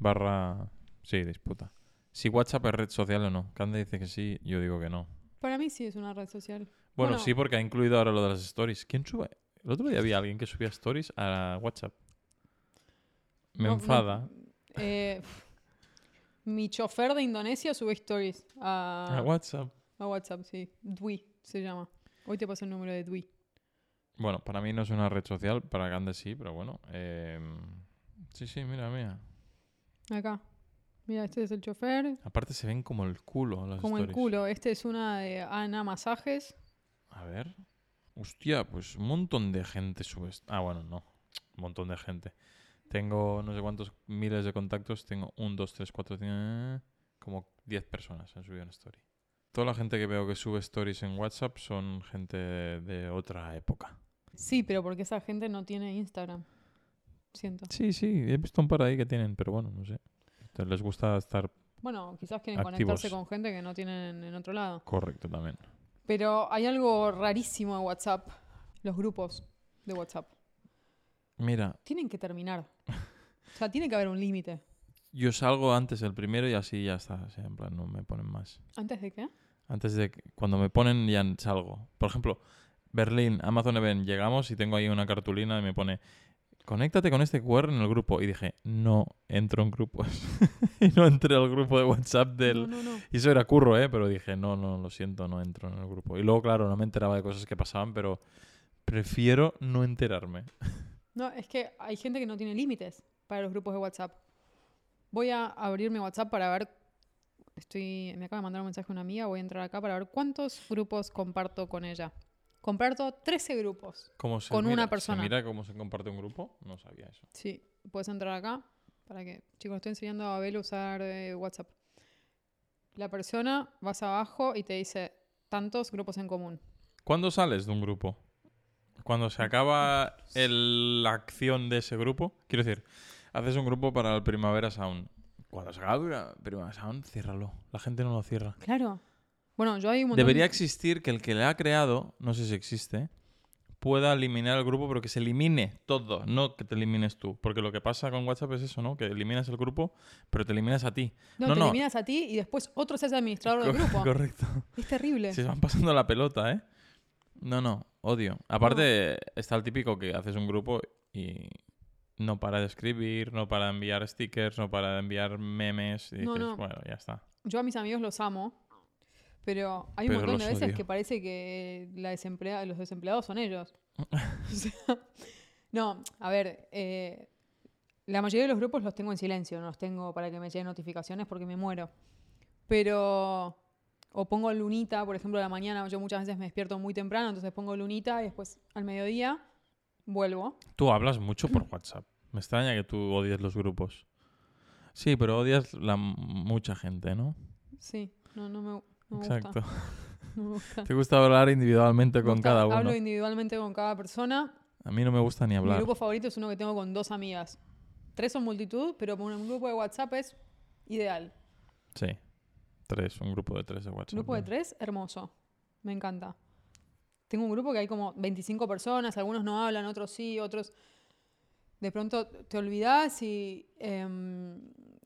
Speaker 1: barra... Sí, disputa. Si WhatsApp es red social o no. Cande dice que sí, yo digo que no.
Speaker 2: Para mí sí es una red social.
Speaker 1: Bueno,
Speaker 2: Bueno.
Speaker 1: sí, porque ha incluido ahora lo de las stories. ¿Quién sube? El otro día había alguien que subía stories a WhatsApp. Me
Speaker 2: No, no-
Speaker 1: enfada.
Speaker 2: Eh, pf. mi chofer de Indonesia sube stories a,
Speaker 1: A WhatsApp.
Speaker 2: a WhatsApp, sí. Dwi se llama. Hoy te paso el número de Dwi.
Speaker 1: Bueno, para mí no es una red social, para Cande sí, pero bueno. eh, Sí, sí, mira, mira.
Speaker 2: Acá. Mira, este es el chofer.
Speaker 1: Aparte se ven como el culo las
Speaker 2: Como el
Speaker 1: stories.
Speaker 2: culo. Este es una de Ana Masajes.
Speaker 1: A ver. Hostia, pues un montón de gente sube. est- Ah, bueno, no. Un montón de gente. Tengo no sé cuántos miles de contactos. Tengo un, dos, tres, cuatro, cinco, eh, como 10 personas han subido una story. Toda la gente que veo que sube stories en WhatsApp son gente de otra época.
Speaker 2: Sí, pero porque esa gente no tiene Instagram. Siento.
Speaker 1: Sí, sí, he visto un par ahí que tienen, pero bueno, no sé. Te- Les gusta estar
Speaker 2: Bueno, quizás quieren
Speaker 1: Activos.
Speaker 2: conectarse con gente que no tienen en otro lado.
Speaker 1: correcto también.
Speaker 2: Pero hay algo rarísimo en WhatsApp. Los grupos de WhatsApp.
Speaker 1: Mira,
Speaker 2: Tienen que terminar. O sea, tiene que haber un límite.
Speaker 1: yo salgo antes el primero y así ya está. O sea, en plan, no me ponen más.
Speaker 2: ¿Antes de qué?
Speaker 1: Antes de que- cuando me ponen ya salgo. Por ejemplo, Berlín, Amazon Event, llegamos y tengo ahí una cartulina y me pone conéctate con este QR en el grupo y dije, "No entro en grupos." y no entré al grupo de WhatsApp del
Speaker 2: No, no, no.
Speaker 1: y eso era curro, eh, pero dije, "No, no, lo siento, no entro en el grupo." Y luego claro, no me enteraba de cosas que pasaban, pero prefiero no enterarme.
Speaker 2: No, es que hay gente que no tiene límites para los grupos de WhatsApp. Voy a abrir mi WhatsApp para ver. Estoy, me acaba de mandar un mensaje una amiga. Voy a entrar acá para ver cuántos grupos comparto con ella. Comparto 13 grupos.
Speaker 1: ¿Cómo se
Speaker 2: Con una
Speaker 1: mira?
Speaker 2: persona.
Speaker 1: ¿Se mira cómo se comparte un grupo? No sabía eso.
Speaker 2: Sí, puedes entrar acá para que, chicos, estoy enseñando a Abel a usar eh, WhatsApp. La persona vas abajo y te dice tantos grupos en común.
Speaker 1: ¿Cuándo sales de un grupo? Cuando se acaba el- la acción de ese grupo. Quiero decir, haces un grupo para el Primavera Sound. Cuando se acaba el Primavera Sound, ciérralo. La gente no lo cierra.
Speaker 2: Claro. Bueno, yo hay un montón
Speaker 1: Debería existir que el que le ha creado, no sé si existe, pueda eliminar el grupo, pero que se elimine todo, no que te elimines tú. Porque lo que pasa con WhatsApp es eso, ¿no? Que eliminas el grupo, pero te eliminas a ti.
Speaker 2: No,
Speaker 1: No,
Speaker 2: te
Speaker 1: no.
Speaker 2: eliminas a ti y después otro se hace administrador del
Speaker 1: Co-
Speaker 2: grupo.
Speaker 1: Correcto.
Speaker 2: Es terrible.
Speaker 1: Se van pasando la pelota, ¿eh? No, no, odio. Aparte, está el típico que haces un grupo y no para de escribir, no para de enviar stickers, no para de enviar memes. Y
Speaker 2: No,
Speaker 1: dices,
Speaker 2: no.
Speaker 1: bueno, ya está.
Speaker 2: Yo a mis amigos los amo, pero hay un
Speaker 1: Pero
Speaker 2: montón
Speaker 1: los
Speaker 2: de veces
Speaker 1: odio.
Speaker 2: que parece que la desemplea- los desempleados son ellos. O sea, no, a ver, eh, la mayoría de los grupos los tengo en silencio, no los tengo para que me lleguen notificaciones porque me muero. Pero, o pongo lunita, por ejemplo, a la mañana, yo muchas veces me despierto muy temprano, entonces pongo lunita y después al mediodía vuelvo.
Speaker 1: Tú hablas mucho por WhatsApp. Me extraña que tú odies los grupos. Sí, pero odias la m- mucha gente, ¿no?
Speaker 2: Sí, no, no me, no me gusta.
Speaker 1: Exacto.
Speaker 2: no me gusta.
Speaker 1: Te gusta hablar individualmente
Speaker 2: Me
Speaker 1: con
Speaker 2: gusta-
Speaker 1: cada uno.
Speaker 2: Hablo individualmente con cada persona.
Speaker 1: A mí no me gusta ni
Speaker 2: Mi
Speaker 1: hablar.
Speaker 2: grupo favorito es uno que tengo con dos amigas. Tres son multitud, pero por un grupo de WhatsApp es ideal.
Speaker 1: Sí. Tres, un grupo de tres de WhatsApp.
Speaker 2: Grupo de
Speaker 1: ¿no?
Speaker 2: tres, hermoso. Me encanta. Tengo un grupo que hay como 25 personas, algunos no hablan, otros sí, otros... de pronto te olvidás y, em,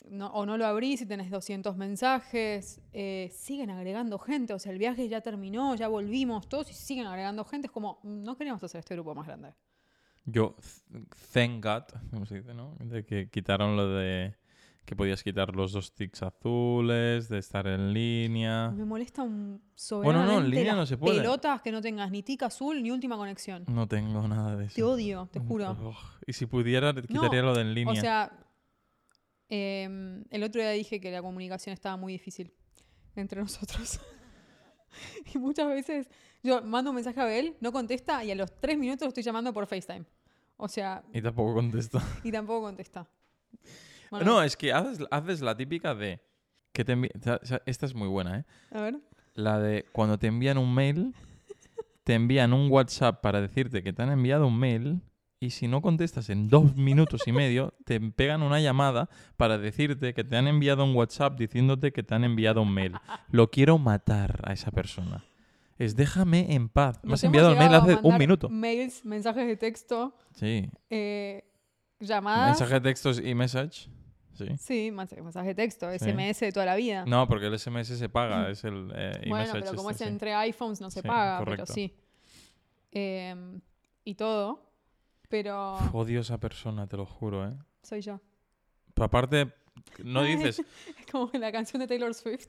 Speaker 2: no, o no lo abrís y tenés 200 mensajes, eh, siguen agregando gente, o sea, el viaje ya terminó, ya volvimos todos y siguen agregando gente, es como, no queremos hacer este grupo más grande.
Speaker 1: Yo, th- thank God, ¿cómo se dice, no? De que quitaron lo de que podías quitar los dos tics azules, de estar en línea.
Speaker 2: Me molesta un
Speaker 1: Ah. en
Speaker 2: soberanamente
Speaker 1: línea
Speaker 2: las
Speaker 1: no se puede. Mm.
Speaker 2: pelotas que no tengas ni tica azul ni última conexión.
Speaker 1: No tengo nada de eso.
Speaker 2: Te odio, te juro.
Speaker 1: Ugh. Y si pudiera, le quitaría lo de en línea.
Speaker 2: O sea, em, el otro día dije que la comunicación estaba muy difícil entre nosotros. y muchas veces yo mando un mensaje a Abel, no contesta y a los tres minutos lo estoy llamando por FaceTime. O sea,
Speaker 1: Y tampoco contesta.
Speaker 2: y tampoco contesta. Bueno,
Speaker 1: No, es que haces, haces la típica de que te envi- o sea, Esta es muy buena, ¿eh?
Speaker 2: a ver.
Speaker 1: La de cuando te envían un mail, te envían un WhatsApp para decirte que te han enviado un mail y si no contestas en dos minutos y medio, te pegan una llamada para decirte que te han enviado un WhatsApp diciéndote que te han enviado un mail. Lo quiero matar a esa persona. Es déjame en paz. Me
Speaker 2: Nos
Speaker 1: has
Speaker 2: hemos
Speaker 1: enviado el mail
Speaker 2: llegado a
Speaker 1: hace un
Speaker 2: mandar
Speaker 1: minuto.
Speaker 2: Mails, mensajes de texto,
Speaker 1: Sí.
Speaker 2: eh, llamadas.
Speaker 1: Mensaje de textos y message. Sí.
Speaker 2: Sí, mensaje, mensaje de texto,
Speaker 1: Sí.
Speaker 2: SMS de toda la vida.
Speaker 1: No, porque el SMS se paga, es el eh,
Speaker 2: Ah. Mm. Bueno,
Speaker 1: iMessage
Speaker 2: pero como
Speaker 1: este,
Speaker 2: es
Speaker 1: sí.
Speaker 2: entre iPhones no se
Speaker 1: Sí,
Speaker 2: paga,
Speaker 1: correcto.
Speaker 2: pero sí. Em, y todo. Pero
Speaker 1: Uf, Odio a esa persona, te lo juro, ¿eh?
Speaker 2: soy yo.
Speaker 1: Pero Aparte, no
Speaker 2: Ay.
Speaker 1: dices,
Speaker 2: Es como la canción de Taylor Swift.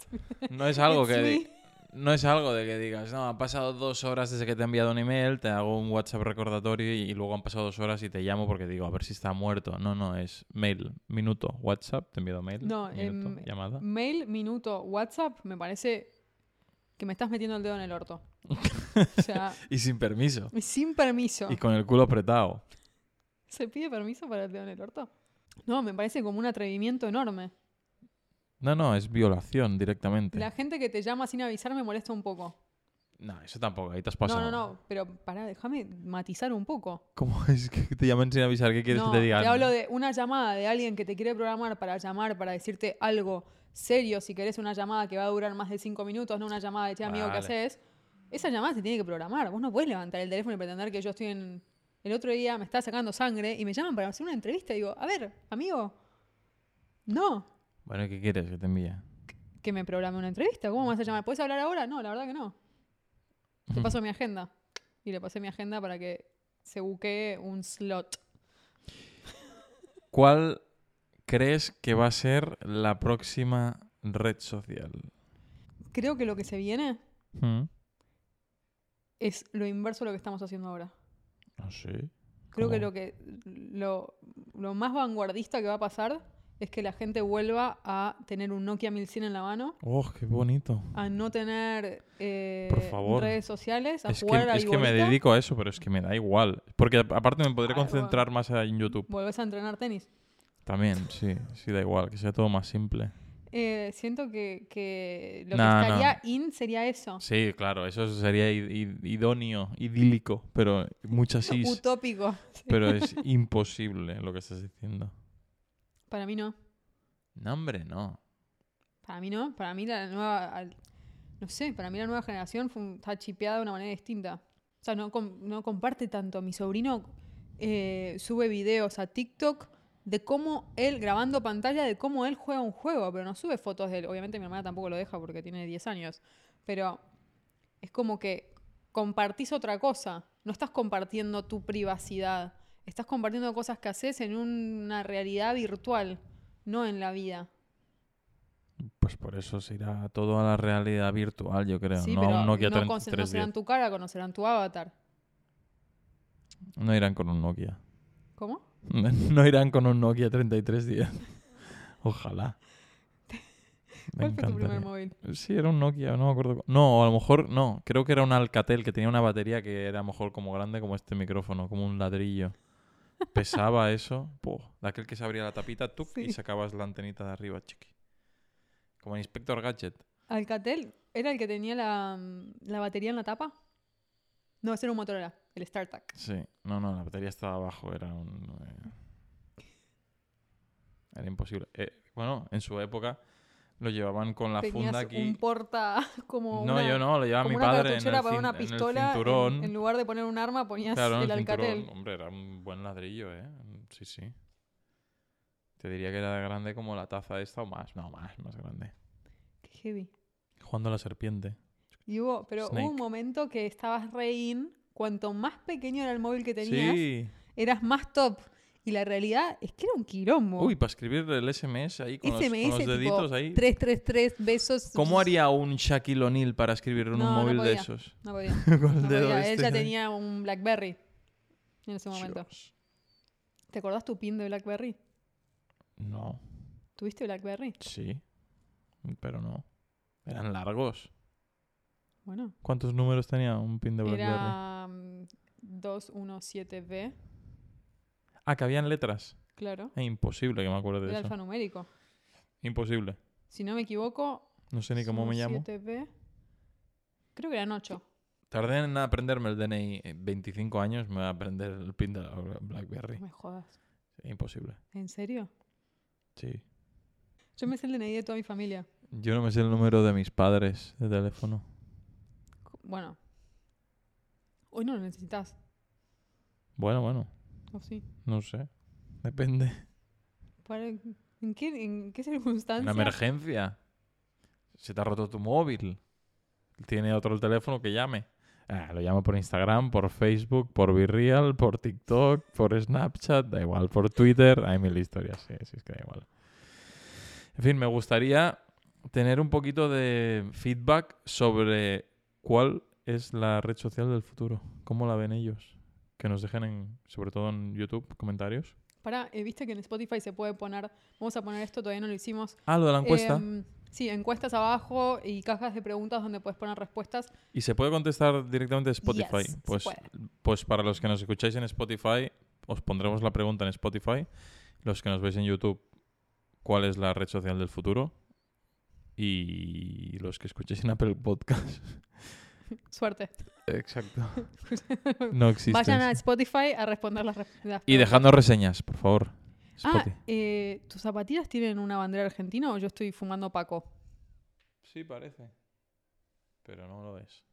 Speaker 1: no es algo
Speaker 2: It's
Speaker 1: que... di-
Speaker 2: me.
Speaker 1: No es algo de que digas, no, han pasado dos horas desde que te he enviado un email, te hago un WhatsApp recordatorio y, y luego han pasado dos horas y te llamo porque digo, a ver si está muerto. No, no, es mail, minuto, WhatsApp, te he enviado mail,
Speaker 2: No,
Speaker 1: minuto,
Speaker 2: em,
Speaker 1: llamada.
Speaker 2: Mail, minuto, WhatsApp, me parece que me estás metiendo el dedo en el orto. O sea,
Speaker 1: Y sin permiso.
Speaker 2: y sin permiso.
Speaker 1: Y con el culo apretado.
Speaker 2: ¿Se pide permiso para el dedo en el orto? No, me parece como un atrevimiento enorme.
Speaker 1: No, no, es violación directamente.
Speaker 2: La gente que te llama sin avisar me molesta un poco.
Speaker 1: No, eso tampoco, ahí te has pasado.
Speaker 2: No, no, no, pero pará, déjame matizar un poco.
Speaker 1: ¿Cómo es que te llaman sin avisar? ¿Qué quieres
Speaker 2: no,
Speaker 1: que te digan?
Speaker 2: hablo de una llamada de alguien que te quiere programar para llamar, para decirte algo serio, si querés una llamada que va a durar más de cinco minutos, no una llamada de che amigo
Speaker 1: Vale.
Speaker 2: que haces. Esa llamada se tiene que programar. Vos no podés levantar el teléfono y pretender que yo estoy en. El otro día me está sacando sangre y me llaman para hacer una entrevista y digo, a ver, amigo, no,
Speaker 1: Bueno, ¿qué quieres que te envíe?
Speaker 2: que me programe una entrevista. ¿Cómo me vas a llamar? ¿Puedes hablar ahora? No, la verdad que no. Te paso mi agenda. Y le pasé mi agenda para que se buquee un slot.
Speaker 1: ¿Cuál crees que va a ser la próxima red social?
Speaker 2: Creo que lo que se viene
Speaker 1: Hmm,
Speaker 2: es lo inverso a lo que estamos haciendo ahora.
Speaker 1: No sé.
Speaker 2: Creo que
Speaker 1: ¿Cómo?
Speaker 2: lo que lo, lo más vanguardista que va a pasar es que la gente vuelva a tener un Nokia 1100 en la mano,
Speaker 1: ¡Oh, qué bonito!
Speaker 2: a no tener eh,
Speaker 1: Por favor.
Speaker 2: redes sociales, a
Speaker 1: Es que,
Speaker 2: jugar a la
Speaker 1: es que me
Speaker 2: viborita.
Speaker 1: dedico a eso, pero es que me da igual. Porque a- aparte me podré
Speaker 2: Ah, bueno.
Speaker 1: concentrar más en YouTube.
Speaker 2: Volvés a entrenar tenis.
Speaker 1: También, sí, sí, da igual, que sea todo más simple.
Speaker 2: Eh, siento que, que lo
Speaker 1: No, no.
Speaker 2: que estaría in sería eso.
Speaker 1: Sí, claro, eso sería i- i- idóneo, idílico, pero muchas is,
Speaker 2: Utópico.
Speaker 1: pero es imposible lo que estás diciendo.
Speaker 2: Para mí no.
Speaker 1: No, hombre, no.
Speaker 2: Para mí no. Para mí la nueva... al- no sé, para mí la nueva generación fue un- está chipeada de una manera distinta. O sea, no, com- no comparte tanto. Mi sobrino eh, sube videos a TikTok de cómo él, grabando pantalla, de cómo él juega un juego, pero no sube fotos de él. Obviamente mi hermana tampoco lo deja porque tiene 10 años. Pero es como que compartís otra cosa. No estás compartiendo tu privacidad. Estás compartiendo cosas que haces en una realidad virtual, no en la vida.
Speaker 1: Pues por eso se irá todo a la realidad virtual, yo creo.
Speaker 2: Sí,
Speaker 1: no a
Speaker 2: pero
Speaker 1: un Nokia
Speaker 2: no, conoce- no
Speaker 1: 3310.
Speaker 2: serán tu cara, conocerán tu avatar.
Speaker 1: No irán con un Nokia.
Speaker 2: ¿Cómo?
Speaker 1: No irán con un Nokia 3310. Ojalá. Me
Speaker 2: ¿Cuál fue tu primer
Speaker 1: encantaría.
Speaker 2: móvil?
Speaker 1: Sí, era un Nokia, no me acuerdo. cu- No, a lo mejor no. Creo que era un Alcatel que tenía una batería que era a lo mejor como grande como este micrófono, como un ladrillo. Pesaba eso. Puh, de aquel que se abría la tapita tú y
Speaker 2: Sí.
Speaker 1: sacabas la antenita de arriba, chiqui. Como en Inspector Gadget.
Speaker 2: ¿Alcatel? ¿Era el que tenía la, mm, la batería en la tapa? No, ese era un Motorola, el StarTAC.
Speaker 1: Sí, no, no, la batería estaba abajo, era un... eh, Era imposible. Eh, bueno, en su época lo llevaban con la
Speaker 2: Tenías
Speaker 1: funda aquí.
Speaker 2: un porta como
Speaker 1: No,
Speaker 2: una,
Speaker 1: yo no, lo llevaba
Speaker 2: como
Speaker 1: mi
Speaker 2: una
Speaker 1: padre en el,
Speaker 2: cartuchera para
Speaker 1: cin-
Speaker 2: una
Speaker 1: en el
Speaker 2: pistola. en-
Speaker 1: cinturón.
Speaker 2: En, lugar de poner un arma ponías
Speaker 1: claro, en
Speaker 2: el
Speaker 1: el cinturón.
Speaker 2: Alcatel.
Speaker 1: Hombre, era un buen ladrillo, ¿eh? Sí, sí. Te diría que era grande como la taza esta o más. No, más, más grande.
Speaker 2: Qué heavy.
Speaker 1: Jugando a la serpiente.
Speaker 2: Y hubo, pero
Speaker 1: Snake.
Speaker 2: hubo un momento que estabas re in, cuanto más pequeño era el móvil que tenías,
Speaker 1: Sí.
Speaker 2: eras más top. Y la realidad es que era un quilombo.
Speaker 1: Uy, para escribir el SMS ahí con, los- con
Speaker 2: SMS,
Speaker 1: los,
Speaker 2: tipo,
Speaker 1: deditos ahí.
Speaker 2: 333 besos.
Speaker 1: ¿Cómo haría un Shaquille O'Neal para escribir en
Speaker 2: No,
Speaker 1: un
Speaker 2: no
Speaker 1: móvil de
Speaker 2: podía.
Speaker 1: esos?
Speaker 2: No podía.
Speaker 1: con el
Speaker 2: No
Speaker 1: dedo
Speaker 2: podía. Él
Speaker 1: este,
Speaker 2: ya
Speaker 1: ¿no?
Speaker 2: tenía un Blackberry en ese momento.
Speaker 1: Dios.
Speaker 2: ¿Te acordás tu pin de Blackberry?
Speaker 1: No,
Speaker 2: ¿Tuviste Blackberry?
Speaker 1: sí. Pero no. Eran largos.
Speaker 2: Bueno,
Speaker 1: ¿Cuántos números tenía un pin de BlackBerry?
Speaker 2: era mm, 217B,
Speaker 1: Ah, que habían letras.
Speaker 2: claro.
Speaker 1: Eh, imposible que me acuerde de
Speaker 2: Era
Speaker 1: eso.
Speaker 2: alfanumérico.
Speaker 1: Imposible.
Speaker 2: Si no me equivoco,
Speaker 1: No sé ni cómo me llamo.
Speaker 2: 7B. Creo que eran 8.
Speaker 1: Tardé en aprenderme el DNI. eh, 25 años me voy a aprender el pin de la BlackBerry.
Speaker 2: No me jodas.
Speaker 1: Imposible.
Speaker 2: ¿En serio?
Speaker 1: Sí.
Speaker 2: Yo me sé el DNI de toda mi familia.
Speaker 1: Yo no me sé el número de mis padres de teléfono.
Speaker 2: Bueno. Hoy no lo necesitas.
Speaker 1: Bueno, bueno.
Speaker 2: ¿O sí?
Speaker 1: No sé. Depende.
Speaker 2: ¿Para- ¿En qué, en qué
Speaker 1: Una
Speaker 2: circunstancia?
Speaker 1: emergencia. Se te ha roto tu móvil. Tiene otro el teléfono que llame. Ah, lo llamo por Instagram, por Facebook, por Virreal, por TikTok, por Snapchat, da igual, por Twitter. Hay mil historias, sí, sí, es que da igual. En fin, me gustaría tener un poquito de feedback sobre cuál es la red social del futuro. ¿Cómo la ven ellos? Que nos dejen, en, sobre todo en YouTube, comentarios.
Speaker 2: Pará, eh, viste que en Spotify se puede poner. Vamos a poner esto, todavía no lo hicimos.
Speaker 1: Ah, lo de la encuesta.
Speaker 2: Em, sí, encuestas abajo y cajas de preguntas donde puedes poner respuestas.
Speaker 1: ¿Y se puede contestar directamente de Spotify?
Speaker 2: Yes, se
Speaker 1: pues,
Speaker 2: puede.
Speaker 1: pues para los que nos escucháis en Spotify, os pondremos la pregunta en Spotify. Los que nos veis en YouTube, ¿cuál es la red social del futuro? Y los que escuchéis en Apple Podcast.
Speaker 2: Suerte.
Speaker 1: Exacto. No
Speaker 2: Vayan
Speaker 1: existe.
Speaker 2: a Spotify a responder las, res-
Speaker 1: Y
Speaker 2: las preguntas.
Speaker 1: dejadnos reseñas, por favor.
Speaker 2: Ah,
Speaker 1: Spotify.
Speaker 2: eh, ¿tus zapatillas tienen una bandera argentina o yo estoy fumando Paco?
Speaker 1: Sí, parece. Pero no lo es.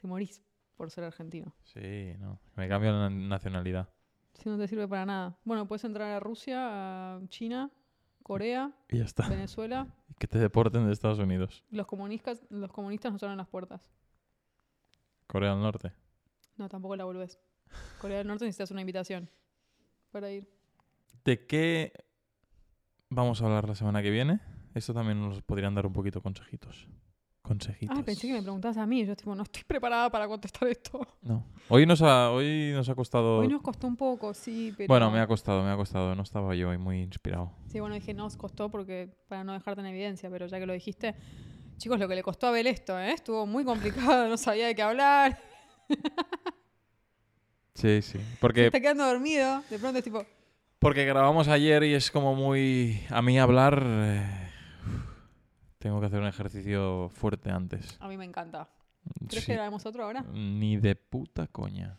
Speaker 2: Te morís por ser argentino.
Speaker 1: Sí, no. Me cambio la nacionalidad.
Speaker 2: Si no te sirve para nada. Bueno, puedes entrar a Rusia, a China, Corea,
Speaker 1: Y ya está.
Speaker 2: Venezuela.
Speaker 1: Que te deporten de Estados Unidos.
Speaker 2: Los comunistas, los comunistas nos abren las puertas.
Speaker 1: Corea del Norte.
Speaker 2: No, tampoco la volvés. Corea del Norte necesitas una invitación para ir.
Speaker 1: ¿De qué vamos a hablar la semana que viene? Esto también nos podrían dar un poquito consejitos. Consejitos.
Speaker 2: Ah, pensé que me preguntabas a mí. Yo tipo, no estoy preparada para contestar esto.
Speaker 1: No. Hoy nos ha, hoy nos ha costado.
Speaker 2: Hoy nos costó un poco, sí, pero...
Speaker 1: Oh. Bueno, me ha costado, me ha costado. No estaba yo hoy muy inspirado.
Speaker 2: Sí, bueno, dije nos costó porque para no dejarte en evidencia, pero ya que lo dijiste, chicos, lo que le costó a Abel esto, ¿eh? Estuvo muy complicado, no sabía de qué hablar,
Speaker 1: Sí, sí.
Speaker 2: se
Speaker 1: Porque,
Speaker 2: está quedando dormido, de pronto es tipo,
Speaker 1: porque grabamos ayer y es como muy. A mí hablar. eh, Tengo que hacer un ejercicio fuerte antes.
Speaker 2: a mí me encanta. ¿Crees
Speaker 1: Sí.
Speaker 2: que grabemos otro ahora?
Speaker 1: Ni de puta coña.